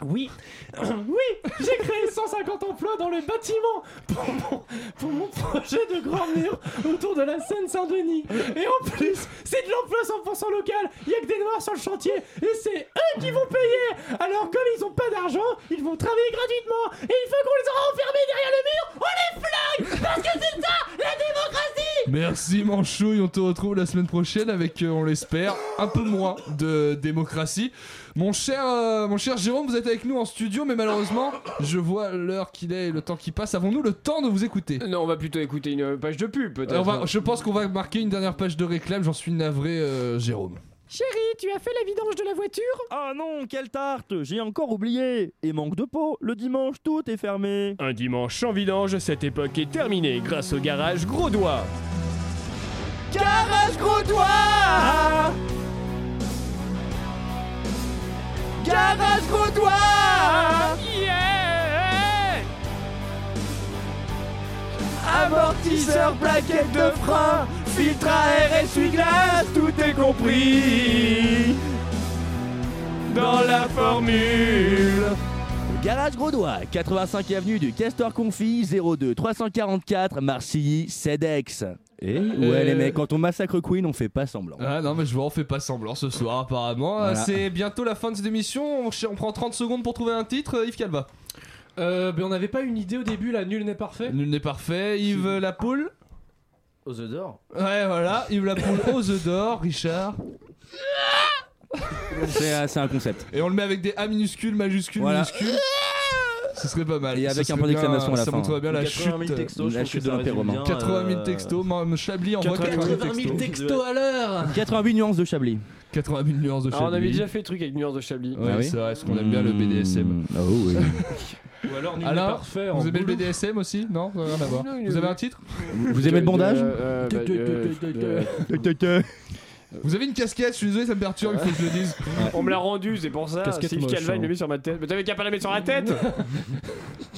Speaker 15: Oui. [coughs] Oui, j'ai créé 150 emplois dans le bâtiment pour mon, pour mon projet de grand mur autour de la Seine-Saint-Denis. Et en plus, c'est de l'emploi 100% local. Il y a que des noirs sur le chantier et c'est eux qui vont payer. Alors comme ils ont pas d'argent, ils vont travailler gratuitement et une fois qu'on les aura enfermés derrière le mur, on les flingue parce que c'est ça la démocratie.
Speaker 5: Merci Manchouille, on te retrouve la semaine prochaine avec, euh, on l'espère, un peu moins de démocratie. Mon cher, euh, mon cher Jérôme, vous êtes avec nous en studio, mais malheureusement, je vois l'heure qu'il est et le temps qui passe. Avons-nous le temps de vous écouter
Speaker 1: Euh, Non, on va plutôt écouter une page de pub, peut-être. hein.
Speaker 5: Euh, on va- Je pense qu'on va marquer une dernière page de réclame, j'en suis navré, euh, Jérôme.
Speaker 15: Chérie, tu as fait la vidange de la voiture
Speaker 2: Ah non, quelle tarte J'ai encore oublié Et manque de peau, le dimanche tout est fermé
Speaker 1: Un dimanche sans vidange, cette époque est terminée grâce au garage Gros Doigt.
Speaker 13: Garage gros doigt Garage gros doigt Yeah Amortisseur, plaquette de frein, filtre à air, essuie-glace, tout est compris dans la formule.
Speaker 3: Garage Grosdois, 85 avenue du Castor Confit, 02 344 Marcilly, CEDEX. Et ouais,
Speaker 5: Euh.
Speaker 3: les mecs, quand on massacre Queen, on fait pas semblant.
Speaker 5: Ah non, mais je vois, on fait pas semblant ce soir, apparemment.
Speaker 3: Voilà.
Speaker 5: C'est bientôt la fin de cette émission, on, ch- on prend 30 secondes pour trouver un titre, euh, Yves Calva.
Speaker 7: Euh, ben on n'avait pas une idée au début, là, nul n'est parfait.
Speaker 5: Nul n'est parfait, Yves euh, la poule.
Speaker 2: Aux œufs d'or
Speaker 5: Ouais, voilà, Yves la poule aux œufs d'or, [laughs] Richard.
Speaker 3: C'est un- c'est un concept.
Speaker 5: Et on le met avec des A minuscules, majuscules,
Speaker 3: Voilà.
Speaker 5: minuscules. Ce serait pas mal.
Speaker 3: Et
Speaker 5: Ça
Speaker 3: avec un point
Speaker 5: serait bien-
Speaker 3: d'exclamation à la
Speaker 5: ça
Speaker 3: fin.
Speaker 5: montrerait bien la
Speaker 2: 80 000
Speaker 5: chute,
Speaker 2: textos, je
Speaker 3: la
Speaker 2: pense
Speaker 3: chute
Speaker 2: que
Speaker 3: de
Speaker 2: ça
Speaker 3: l'Empire
Speaker 2: résume
Speaker 3: romain.
Speaker 2: bien,
Speaker 5: 80 000
Speaker 2: euh,
Speaker 5: textos, Mme Chablis envoie
Speaker 1: 80
Speaker 5: 80
Speaker 1: 000
Speaker 5: 000
Speaker 1: textos,
Speaker 5: textos.
Speaker 1: à l'heure
Speaker 3: 88 nuances de Chablis.
Speaker 5: 88 nuances de
Speaker 1: Alors, Ah,
Speaker 5: Chablis.
Speaker 1: on avait déjà fait le truc avec Nuance de Chablis.
Speaker 5: Ouais, c'est vrai, parce qu'on aime bien le BDSM.
Speaker 3: Ah oui.
Speaker 7: Ou alors nul n'est
Speaker 5: Alors,
Speaker 7: parfait. en
Speaker 5: vous aimez le
Speaker 7: boulot.
Speaker 5: BDSM aussi Non, rien à voir.
Speaker 7: Non, il est-
Speaker 5: Vous avez un titre
Speaker 3: Vous aimez le bandage
Speaker 1: Euh, bah, euh, euh, [laughs]
Speaker 5: Vous avez une casquette, je suis désolé, ça me perturbe, il faut que je le dise.
Speaker 1: On me l'a rendu, c'est pour ça.
Speaker 5: Casquette
Speaker 1: C'est Yves
Speaker 5: moche,
Speaker 1: Calva, il
Speaker 5: hein.
Speaker 1: l'a mis sur ma tête. Mais t'avais qu'à pas la mettre sur la
Speaker 5: [laughs]
Speaker 1: tête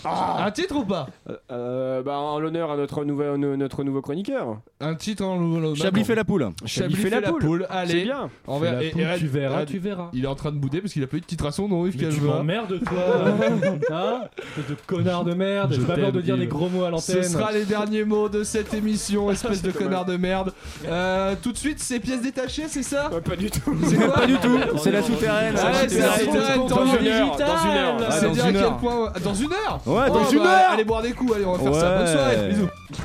Speaker 5: Ah. Un titre ou pas
Speaker 1: Euh, euh, Bah, en l'honneur à notre nouveau, notre nouveau chroniqueur.
Speaker 5: Un titre en l'honneur.
Speaker 3: Chablis fait la poule.
Speaker 5: Chablis fait la poule. Allez,
Speaker 1: C'est bien.
Speaker 5: On
Speaker 7: Fais
Speaker 5: verra-
Speaker 7: la
Speaker 5: et-
Speaker 7: poule,
Speaker 5: et-
Speaker 7: tu verras,
Speaker 5: et-
Speaker 7: tu verras.
Speaker 5: Il est en train de bouder parce qu'il a pas eu de titre à son nom, Yves
Speaker 7: Mais tu
Speaker 5: Calva.
Speaker 7: m'emmerdes, toi [laughs] Hein Espèce de connard de merde,
Speaker 5: Je
Speaker 7: j'ai pas peur
Speaker 5: t'aime,
Speaker 7: de dire des
Speaker 5: Yves.
Speaker 7: gros mots à
Speaker 5: Ce
Speaker 7: l'antenne. [laughs] Ah,
Speaker 5: sera les derniers mots de cette émission, espèce de
Speaker 7: dommage.
Speaker 5: connard de merde. Euh, tout de suite, c'est pièces détachées. détaché, c'est ça
Speaker 3: Pas du tout.
Speaker 5: C'est quoi
Speaker 3: Pas du tout.
Speaker 5: C'est la souterraine. Ah ouais, c'est la souterraine.
Speaker 7: Dans
Speaker 5: tant
Speaker 7: une
Speaker 5: mieux.
Speaker 7: heure, dans une heure. Ah,
Speaker 5: C'est
Speaker 7: Dans
Speaker 5: dire à
Speaker 7: une
Speaker 5: quel
Speaker 7: heure.
Speaker 5: point. Dans une heure
Speaker 7: Ouais, dans
Speaker 5: Oh,
Speaker 7: une
Speaker 5: bah,
Speaker 7: heure
Speaker 5: Allez boire des coups, allez, on va faire ça.
Speaker 7: Ouais.
Speaker 5: Bonne soirée, bisous.